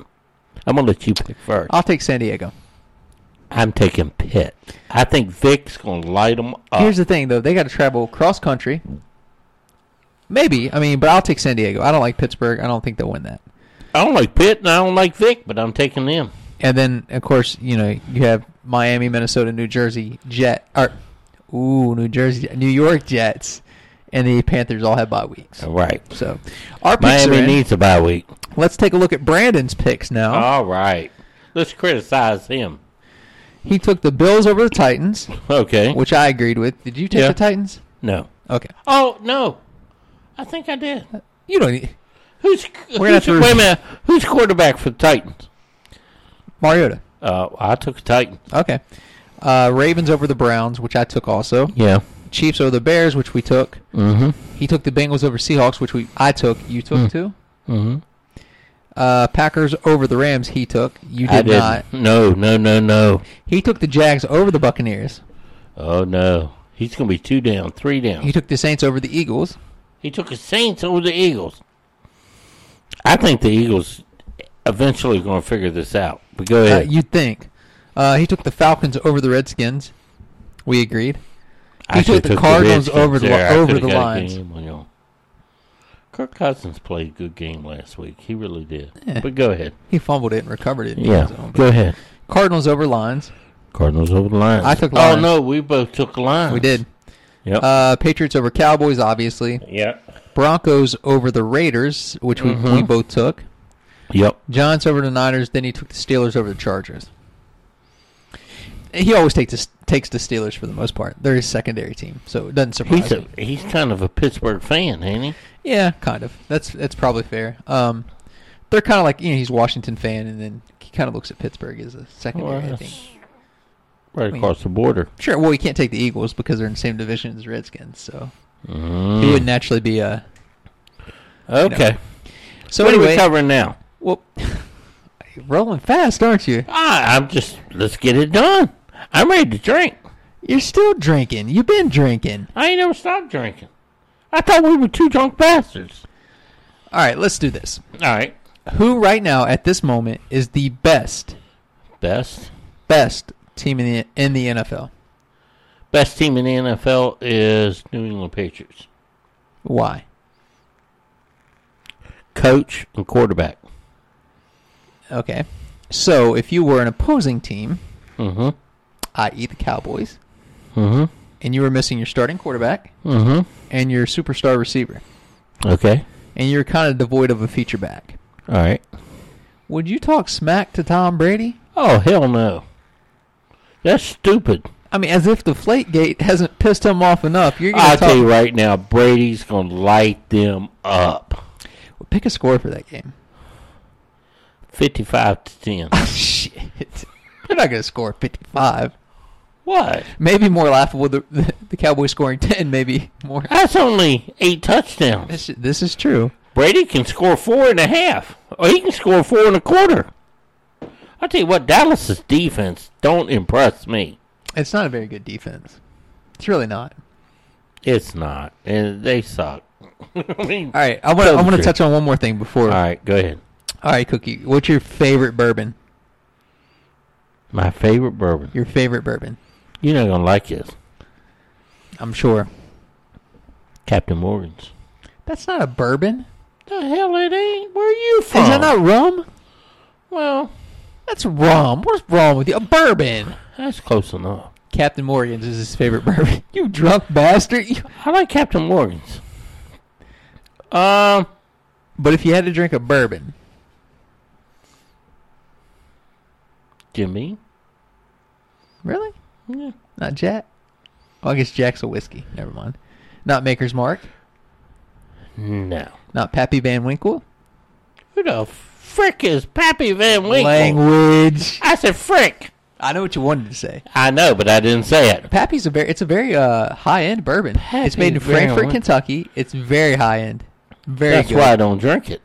Speaker 3: I'm going to let you pick first.
Speaker 2: I'll take San Diego.
Speaker 3: I'm taking Pitt. I think Vic's going to light them up.
Speaker 2: Here's the thing, though. They got to travel cross country. Maybe. I mean, but I'll take San Diego. I don't like Pittsburgh. I don't think they'll win that.
Speaker 3: I don't like Pitt and I don't like Vic, but I'm taking them.
Speaker 2: And then, of course, you know, you have Miami, Minnesota, New Jersey Jet. Or, ooh, New Jersey, New York Jets. And the Panthers all have bye weeks.
Speaker 3: All right.
Speaker 2: So, our picks are
Speaker 3: Oh. Miami Uh,
Speaker 2: in.
Speaker 3: needs a bye week.
Speaker 2: Let's take a look at Brandon's picks now.
Speaker 3: All right. Let's criticize him.
Speaker 2: he took the Bills over the Titans,
Speaker 3: Okay.
Speaker 2: which I agreed with. Did you take
Speaker 3: Yeah.
Speaker 2: the Titans?
Speaker 3: No.
Speaker 2: Okay.
Speaker 3: Oh, no. I think I did.
Speaker 2: You don't e-, need
Speaker 3: Who's,
Speaker 2: We're gonna
Speaker 3: who's
Speaker 2: have to-
Speaker 3: wait a minute. Who's quarterback for the Titans?
Speaker 2: Mariota.
Speaker 3: Uh, I took Titans.
Speaker 2: Okay. Uh, Ravens over the Browns, which I took also.
Speaker 3: Yeah.
Speaker 2: Chiefs over the Bears, which we took. Mm-hmm. He took the Bengals over Seahawks, which we I took. You took
Speaker 3: Mm.
Speaker 2: too. Mm-hmm. Uh, Packers over the Rams. He took. You
Speaker 3: I
Speaker 2: did
Speaker 3: did
Speaker 2: not.
Speaker 3: not. No, no, no, no.
Speaker 2: He took the Jags over the Buccaneers.
Speaker 3: Oh no, he's gonna be two down, three down.
Speaker 2: He
Speaker 3: He,
Speaker 2: took the Saints over the Eagles.
Speaker 3: took the Saints over the Eagles. I think the Eagles eventually gonna figure this out. But go
Speaker 2: Uh,
Speaker 3: ahead.
Speaker 2: you'd think. Uh, he took the Falcons over the Redskins. We agreed.
Speaker 3: I
Speaker 2: he took
Speaker 3: should've
Speaker 2: the Cardinals
Speaker 3: Redskins
Speaker 2: over the-
Speaker 3: there. I
Speaker 2: over
Speaker 3: could've
Speaker 2: the
Speaker 3: got a
Speaker 2: Lions.
Speaker 3: game on y'all. Kirk Cousins played a good game last week. He really did. But go ahead.
Speaker 2: He fumbled it and recovered it. in the end
Speaker 3: Yeah,
Speaker 2: zone.
Speaker 3: go ahead.
Speaker 2: Cardinals over Lions.
Speaker 3: Cardinals over the Lions.
Speaker 2: I took
Speaker 3: Oh
Speaker 2: Lions.
Speaker 3: no, we both took Lions.
Speaker 2: We did.
Speaker 3: Yep.
Speaker 2: Uh, Patriots over Cowboys, obviously.
Speaker 3: yep.
Speaker 2: Broncos over the Raiders, which we, we
Speaker 3: Mm-hmm.
Speaker 2: both took.
Speaker 3: Yep.
Speaker 2: Giants over the Niners. Then he took the Steelers over the Chargers. He always takes the, takes the Steelers for the most part. They're his secondary team, so it doesn't surprise
Speaker 3: He's a,
Speaker 2: me.
Speaker 3: he's kind of a Pittsburgh fan, ain't he?
Speaker 2: Yeah, kind of. That's that's probably fair. Um, they're kind of like you know he's a Washington fan, and then he kind of looks at Pittsburgh as a secondary. I
Speaker 3: Well,
Speaker 2: think.
Speaker 3: Right across the border.
Speaker 2: Sure. Well, he can't take the Eagles because they're in the same division
Speaker 3: Mm.
Speaker 2: as Redskins, so he would naturally be a
Speaker 3: Mm-hmm. Okay.
Speaker 2: uh, So
Speaker 3: what are
Speaker 2: anyway,
Speaker 3: we covering now?
Speaker 2: well, you're rolling fast, aren't you?
Speaker 3: Ah, I'm just let's get it done. I'm ready to drink.
Speaker 2: You're still drinking. You've been drinking.
Speaker 3: I ain't never stopped drinking. I thought we were two drunk bastards.
Speaker 2: All right, let's do this.
Speaker 3: All right,
Speaker 2: Who right now at this moment is the best
Speaker 3: best
Speaker 2: best team in the in the NFL?
Speaker 3: best team in the NFL is New England Patriots.
Speaker 2: Why?
Speaker 3: Coach and quarterback.
Speaker 2: Okay. So if you were an opposing team,
Speaker 3: Mm-hmm.
Speaker 2: i.e. the Cowboys,
Speaker 3: Mm-hmm.
Speaker 2: and you were missing your starting quarterback
Speaker 3: Mm-hmm.
Speaker 2: and your superstar receiver,
Speaker 3: Okay.
Speaker 2: and you're kind of devoid of a feature back,
Speaker 3: All right.
Speaker 2: would you talk smack to Tom Brady?
Speaker 3: Oh hell no. That's stupid.
Speaker 2: I mean, as if the Flategate hasn't pissed him off enough. You're gonna
Speaker 3: I'll
Speaker 2: talk,
Speaker 3: tell you right now, Brady's gonna light them up.
Speaker 2: pick a score for that game.
Speaker 3: Fifty-five to ten.
Speaker 2: Shit, they're not gonna score 55.
Speaker 3: what?
Speaker 2: Maybe more laughable the the, the Cowboys scoring 10. Maybe more.
Speaker 3: That's only eight touchdowns.
Speaker 2: This this is true.
Speaker 3: Brady can score four and a half, or he can score four and a quarter. I tell you what, Dallas's defense don't impress me.
Speaker 2: It's not a very good defense. It's really not.
Speaker 3: It's not, and they suck. I mean,
Speaker 2: All right, I want
Speaker 3: Tell
Speaker 2: to
Speaker 3: the
Speaker 2: I want to
Speaker 3: truth.
Speaker 2: touch on one more thing before.
Speaker 3: all right, go ahead.
Speaker 2: All right, Cookie, what's your favorite bourbon?
Speaker 3: My favorite bourbon.
Speaker 2: Your favorite bourbon?
Speaker 3: You're not gonna like this,
Speaker 2: I'm sure.
Speaker 3: Captain Morgan's.
Speaker 2: That's not a bourbon.
Speaker 3: The hell it ain't. Where you from?
Speaker 2: Is that not rum?
Speaker 3: Well,
Speaker 2: That's rum. What's wrong with you? A bourbon.
Speaker 3: that's close enough.
Speaker 2: Captain Morgan's is his favorite bourbon. You drunk bastard. You-
Speaker 3: I like Captain Morgan's. Um,
Speaker 2: But if you had to drink a bourbon,
Speaker 3: Jimmy.
Speaker 2: really?
Speaker 3: Yeah.
Speaker 2: Not Jack? Well, I guess Jack's a whiskey. Never mind. Not Maker's Mark. Hmm.
Speaker 3: No.
Speaker 2: Not Pappy Van Winkle.
Speaker 3: Who the frick is Pappy Van Winkle?
Speaker 2: Language.
Speaker 3: I said frick.
Speaker 2: I know what you wanted to say.
Speaker 3: I know, but I didn't say it.
Speaker 2: Pappy's a very it's a very uh, high end bourbon. it's
Speaker 3: Pappy
Speaker 2: made in
Speaker 3: Van
Speaker 2: Frankfort,
Speaker 3: Winkle.
Speaker 2: Kentucky. It's very high end. Very
Speaker 3: That's
Speaker 2: good.
Speaker 3: why I don't drink it.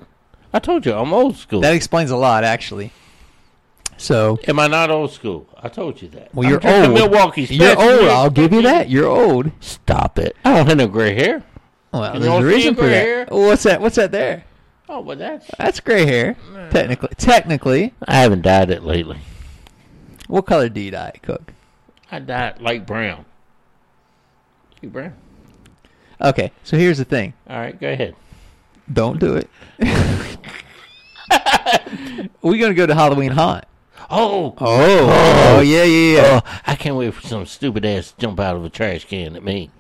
Speaker 3: I told you I'm old school.
Speaker 2: That explains a lot actually. So
Speaker 3: Am I not old school? I told you that.
Speaker 2: well
Speaker 3: I'm
Speaker 2: you're
Speaker 3: drinking
Speaker 2: old.
Speaker 3: Milwaukee.
Speaker 2: You're
Speaker 3: Special.
Speaker 2: old, I'll give you that. You're old.
Speaker 3: Stop it. I don't have no gray hair.
Speaker 2: Well,
Speaker 3: You
Speaker 2: there's
Speaker 3: don't
Speaker 2: a
Speaker 3: see
Speaker 2: reason for
Speaker 3: gray
Speaker 2: that.
Speaker 3: hair?
Speaker 2: What's that? What's that there?
Speaker 3: Oh, well, that's.
Speaker 2: That's gray hair. Technically, technically,
Speaker 3: I haven't dyed it lately.
Speaker 2: what color do you dye it, Cook?
Speaker 3: I dyed light brown. You brown.
Speaker 2: Okay, so here's the thing.
Speaker 3: All right, go ahead.
Speaker 2: Don't do it. We're gonna go to Halloween Haunt.
Speaker 3: Oh,
Speaker 2: Oh, oh yeah, yeah, yeah.
Speaker 3: oh, I can't wait for some stupid ass to jump out of a trash can at me.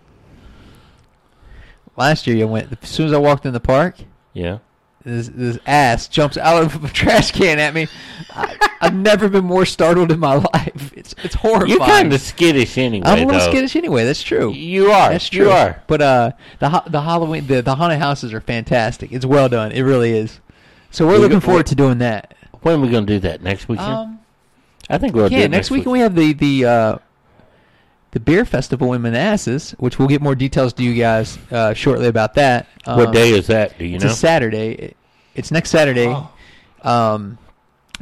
Speaker 2: Last year, you went. As soon as I walked in the park,
Speaker 3: Yeah.
Speaker 2: this, this ass jumps out of a trash can at me. I, I've never been more startled in my life. It's it's horrifying.
Speaker 3: You're kind of skittish anyway.
Speaker 2: I'm a little
Speaker 3: though.
Speaker 2: skittish anyway. That's true.
Speaker 3: You are.
Speaker 2: That's true.
Speaker 3: You are.
Speaker 2: But uh, the ha- the Halloween the the haunted houses are fantastic. It's well done. It really is. So we're
Speaker 3: We
Speaker 2: looking
Speaker 3: got-
Speaker 2: forward to doing that.
Speaker 3: When are we going to do that? Next weekend?
Speaker 2: Um,
Speaker 3: I think we'll do
Speaker 2: yeah,
Speaker 3: it
Speaker 2: next
Speaker 3: next
Speaker 2: week we have the the uh, the beer festival in Manassas, which we'll get more details to you guys uh, shortly about that. Um,
Speaker 3: what day is that? Do you
Speaker 2: It's
Speaker 3: know?
Speaker 2: a Saturday. It- It's next Saturday.
Speaker 3: Oh.
Speaker 2: Um, Oh. I'm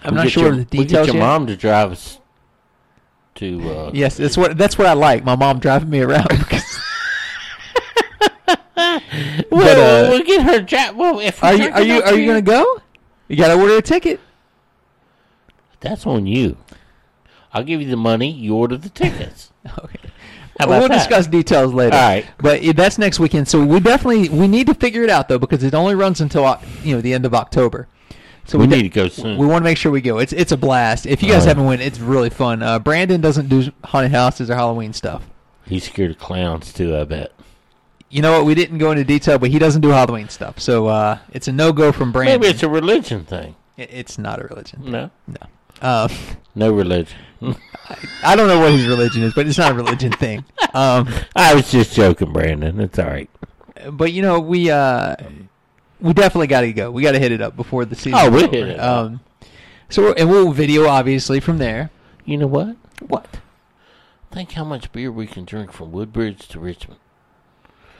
Speaker 3: We'll
Speaker 2: not
Speaker 3: get
Speaker 2: sure
Speaker 3: your,
Speaker 2: of the
Speaker 3: we'll
Speaker 2: details
Speaker 3: get your
Speaker 2: yet.
Speaker 3: mom to drive us to. Uh,
Speaker 2: Yes, that's what that's what I like. My mom driving me around. because- but,
Speaker 3: well,
Speaker 2: uh,
Speaker 3: we'll get her. Dri- well, if we
Speaker 2: are you
Speaker 3: drink
Speaker 2: are you
Speaker 3: enough
Speaker 2: are you
Speaker 3: beer-
Speaker 2: gonna go? You gotta order a ticket.
Speaker 3: That's on you. I'll give you the money. You order the tickets.
Speaker 2: Okay.
Speaker 3: How
Speaker 2: Well,
Speaker 3: about
Speaker 2: we'll
Speaker 3: that?
Speaker 2: discuss details later.
Speaker 3: All right.
Speaker 2: but i- that's next weekend. So we definitely we need to figure it out though because it only runs until Oc- you know the end of October. So
Speaker 3: we
Speaker 2: de-
Speaker 3: need to Oh, go soon.
Speaker 2: We want to make sure we go. It's it's a blast. If you guys
Speaker 3: All right.
Speaker 2: haven't went, it's really fun. Uh, Brandon doesn't do haunted houses or Halloween stuff.
Speaker 3: He's scared of clowns too. I bet.
Speaker 2: You know what? We didn't go into detail, but he doesn't do Halloween stuff, so uh, it's a no go from Brandon.
Speaker 3: Maybe it's a religion thing.
Speaker 2: It- it's not a religion.
Speaker 3: No,
Speaker 2: No, uh,
Speaker 3: no religion.
Speaker 2: I don't know what his religion is, but it's not a religion thing. Um,
Speaker 3: I was just joking, Brandon. It's all right.
Speaker 2: but you know, we uh, we definitely got to go. We got to hit it up before the season.
Speaker 3: Oh, we'll hit it up.
Speaker 2: Um, so we're- and we'll video obviously from there.
Speaker 3: You know what?
Speaker 2: What?
Speaker 3: Think how much beer we can drink from Woodbridge to Richmond.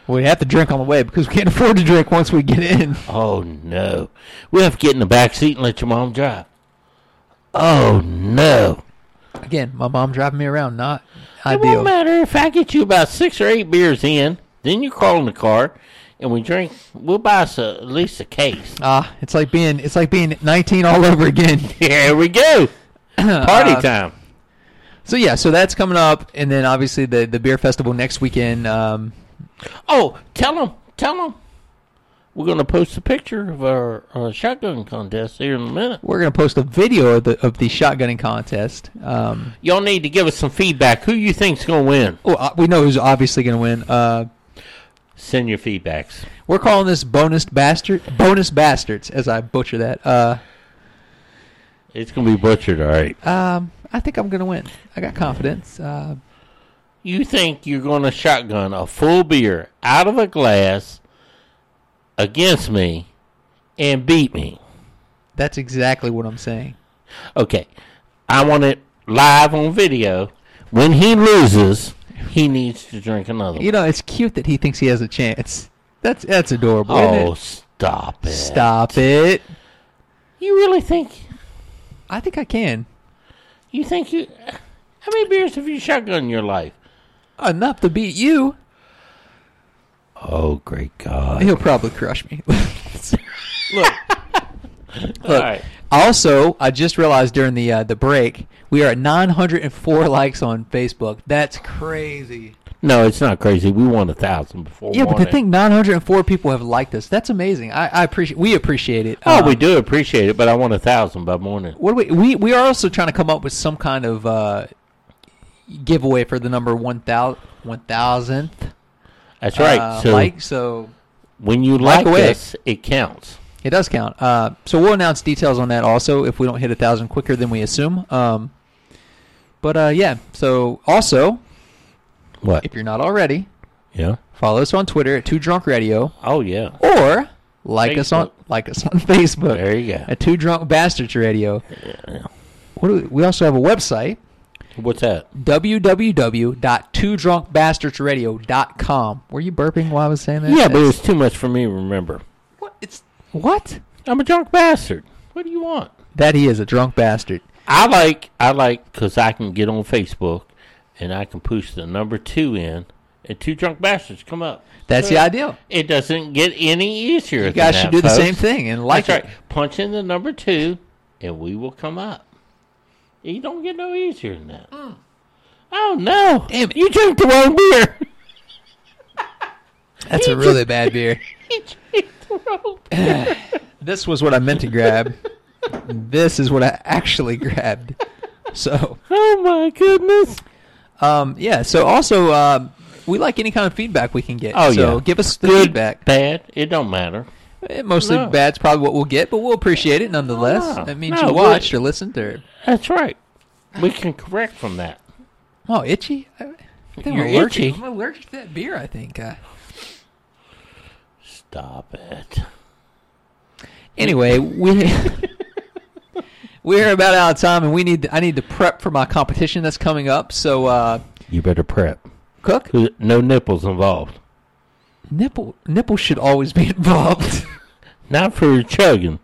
Speaker 2: We have to drink on the way because we can't afford to drink once we get in.
Speaker 3: Oh no. We have to get in the back seat and let your mom drive. Oh no.
Speaker 2: Again, my mom driving me around, not
Speaker 3: It won't
Speaker 2: ideal.
Speaker 3: matter if I get you about six or eight beers in, then you crawl in the car and we drink we'll buy us a, at least a case.
Speaker 2: Ah, it's like being it's like being 19 all over again. Uh,
Speaker 3: Here we go. Party
Speaker 2: Uh-uh.
Speaker 3: time.
Speaker 2: So yeah, so that's coming up, and then obviously the the beer festival next weekend. Um,
Speaker 3: Oh, tell them, tell them. We're going to post a picture of our, uh shotgun contest here in a minute.
Speaker 2: we're gonna post a video of the of the shotgunning contest. Um,
Speaker 3: Y'all need to give us some feedback. Who you think's going to win?
Speaker 2: oh, uh, we know who's obviously gonna win. Uh,
Speaker 3: Send your feedbacks.
Speaker 2: we're calling this bonus bastard bonus bastards as I butcher that. Uh,
Speaker 3: It's going to be butchered, all right.
Speaker 2: um, I think I'm gonna win. I got confidence. Uh,
Speaker 3: You think you're going to shotgun a full beer out of a glass against me and beat me?
Speaker 2: that's exactly what I'm saying.
Speaker 3: Okay, I want it live on video. When he loses, he needs to drink another.
Speaker 2: You
Speaker 3: one.
Speaker 2: know, it's cute that he thinks he has a chance. That's that's adorable. isn't
Speaker 3: Oh,
Speaker 2: it?
Speaker 3: stop it!
Speaker 2: stop it!
Speaker 3: You really think
Speaker 2: I think I can
Speaker 3: You think you. How many beers have you shotgun in your life?
Speaker 2: enough to beat you.
Speaker 3: Oh, great God.
Speaker 2: He'll probably crush me.
Speaker 3: All right.
Speaker 2: Also, I just realized during the uh, the break we are at 904 likes on Facebook. That's crazy.
Speaker 3: No, it's not crazy. We won a thousand before.
Speaker 2: Yeah, but to
Speaker 3: morning.
Speaker 2: think 904 people have liked us, that's amazing. I, I appreciate. We appreciate it.
Speaker 3: Oh,
Speaker 2: Um,
Speaker 3: we do appreciate it, but I want a thousand by morning.
Speaker 2: What do we we we are also trying to come up with some kind of uh, giveaway for the number 1,000th
Speaker 3: That's right.
Speaker 2: uh,
Speaker 3: so
Speaker 2: like. So
Speaker 3: when you like,
Speaker 2: away.
Speaker 3: us, it counts.
Speaker 2: It does count. Uh, so we'll announce details on that also if we don't hit a thousand quicker than we assume. Um, but uh, yeah, so also
Speaker 3: What?
Speaker 2: if you're not already,
Speaker 3: Yeah.
Speaker 2: follow us on Twitter at Two Drunk Radio
Speaker 3: Oh, yeah.
Speaker 2: or like us on
Speaker 3: Facebook.
Speaker 2: like us on Facebook.
Speaker 3: There you go.
Speaker 2: At Two Drunk Bastards Radio. What do we, we also have a website
Speaker 3: What's that?
Speaker 2: www.twodrunkbastardsradio.com. Were you burping while I was saying that?
Speaker 3: Yeah, but
Speaker 2: It's-
Speaker 3: it's too much for me to remember.
Speaker 2: what? It's what?
Speaker 3: I'm a drunk bastard. What do you want?
Speaker 2: That he is a drunk bastard.
Speaker 3: I like I like because I can get on Facebook and I can push the number two in, and two drunk bastards come up.
Speaker 2: That's
Speaker 3: Uh,
Speaker 2: the idea.
Speaker 3: It doesn't get any easier.
Speaker 2: You guys should do the same thing and like
Speaker 3: That's
Speaker 2: it.
Speaker 3: right. Punch in the number two, and we will come up. You don't get no easier than that. Oh no!
Speaker 2: Damn it.
Speaker 3: You drank the wrong beer.
Speaker 2: That's a really bad beer.
Speaker 3: you drank the wrong beer.
Speaker 2: This was what I meant to grab. this is what I actually grabbed. So,
Speaker 3: Oh my goodness!
Speaker 2: um, yeah. So also, um, we like any kind of feedback we can get.
Speaker 3: Oh,
Speaker 2: so
Speaker 3: yeah.
Speaker 2: give us the
Speaker 3: Good,
Speaker 2: feedback.
Speaker 3: bad. It don't matter.
Speaker 2: Eh, Mostly
Speaker 3: No.
Speaker 2: bad's probably what we'll get, but we'll appreciate it nonetheless.
Speaker 3: No,
Speaker 2: That means
Speaker 3: no,
Speaker 2: you
Speaker 3: we-
Speaker 2: watched or listened or
Speaker 3: That's right. We can correct from that.
Speaker 2: oh itchy. I I think
Speaker 3: You're
Speaker 2: I'm allergic.
Speaker 3: itchy.
Speaker 2: I'm allergic to that beer. I think. Uh,
Speaker 3: Stop it.
Speaker 2: anyway, we we're about out of time, and we need. I need to prep for my competition that's coming up. So, uh,
Speaker 3: You better prep.
Speaker 2: cook.
Speaker 3: No nipples involved.
Speaker 2: Nipple nipples should always be involved.
Speaker 3: Not for chugging.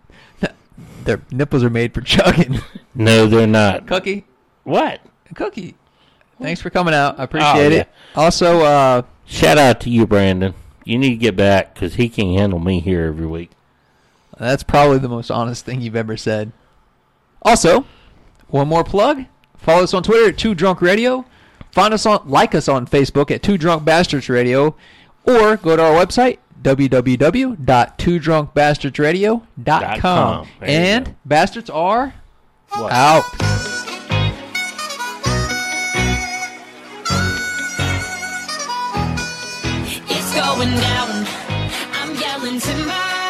Speaker 2: Their nipples are made for chugging.
Speaker 3: No, they're not.
Speaker 2: Cookie,
Speaker 3: What?
Speaker 2: cookie. Thanks for coming out. I appreciate
Speaker 3: Oh,
Speaker 2: it. Also, uh,
Speaker 3: Shout out to you, Brandon. You need to get back because he can't handle me here every week.
Speaker 2: that's probably the most honest thing you've ever said. Also, one more plug. Follow us on Twitter at Two Drunk Radio. Find us on like us on Facebook at Two Drunk Bastards Radio, or go to our website www.twodrunkbastardsradio.com.
Speaker 3: There you go.
Speaker 2: And bastards are
Speaker 3: What?
Speaker 2: out.
Speaker 1: It's going down. I'm yelling timber.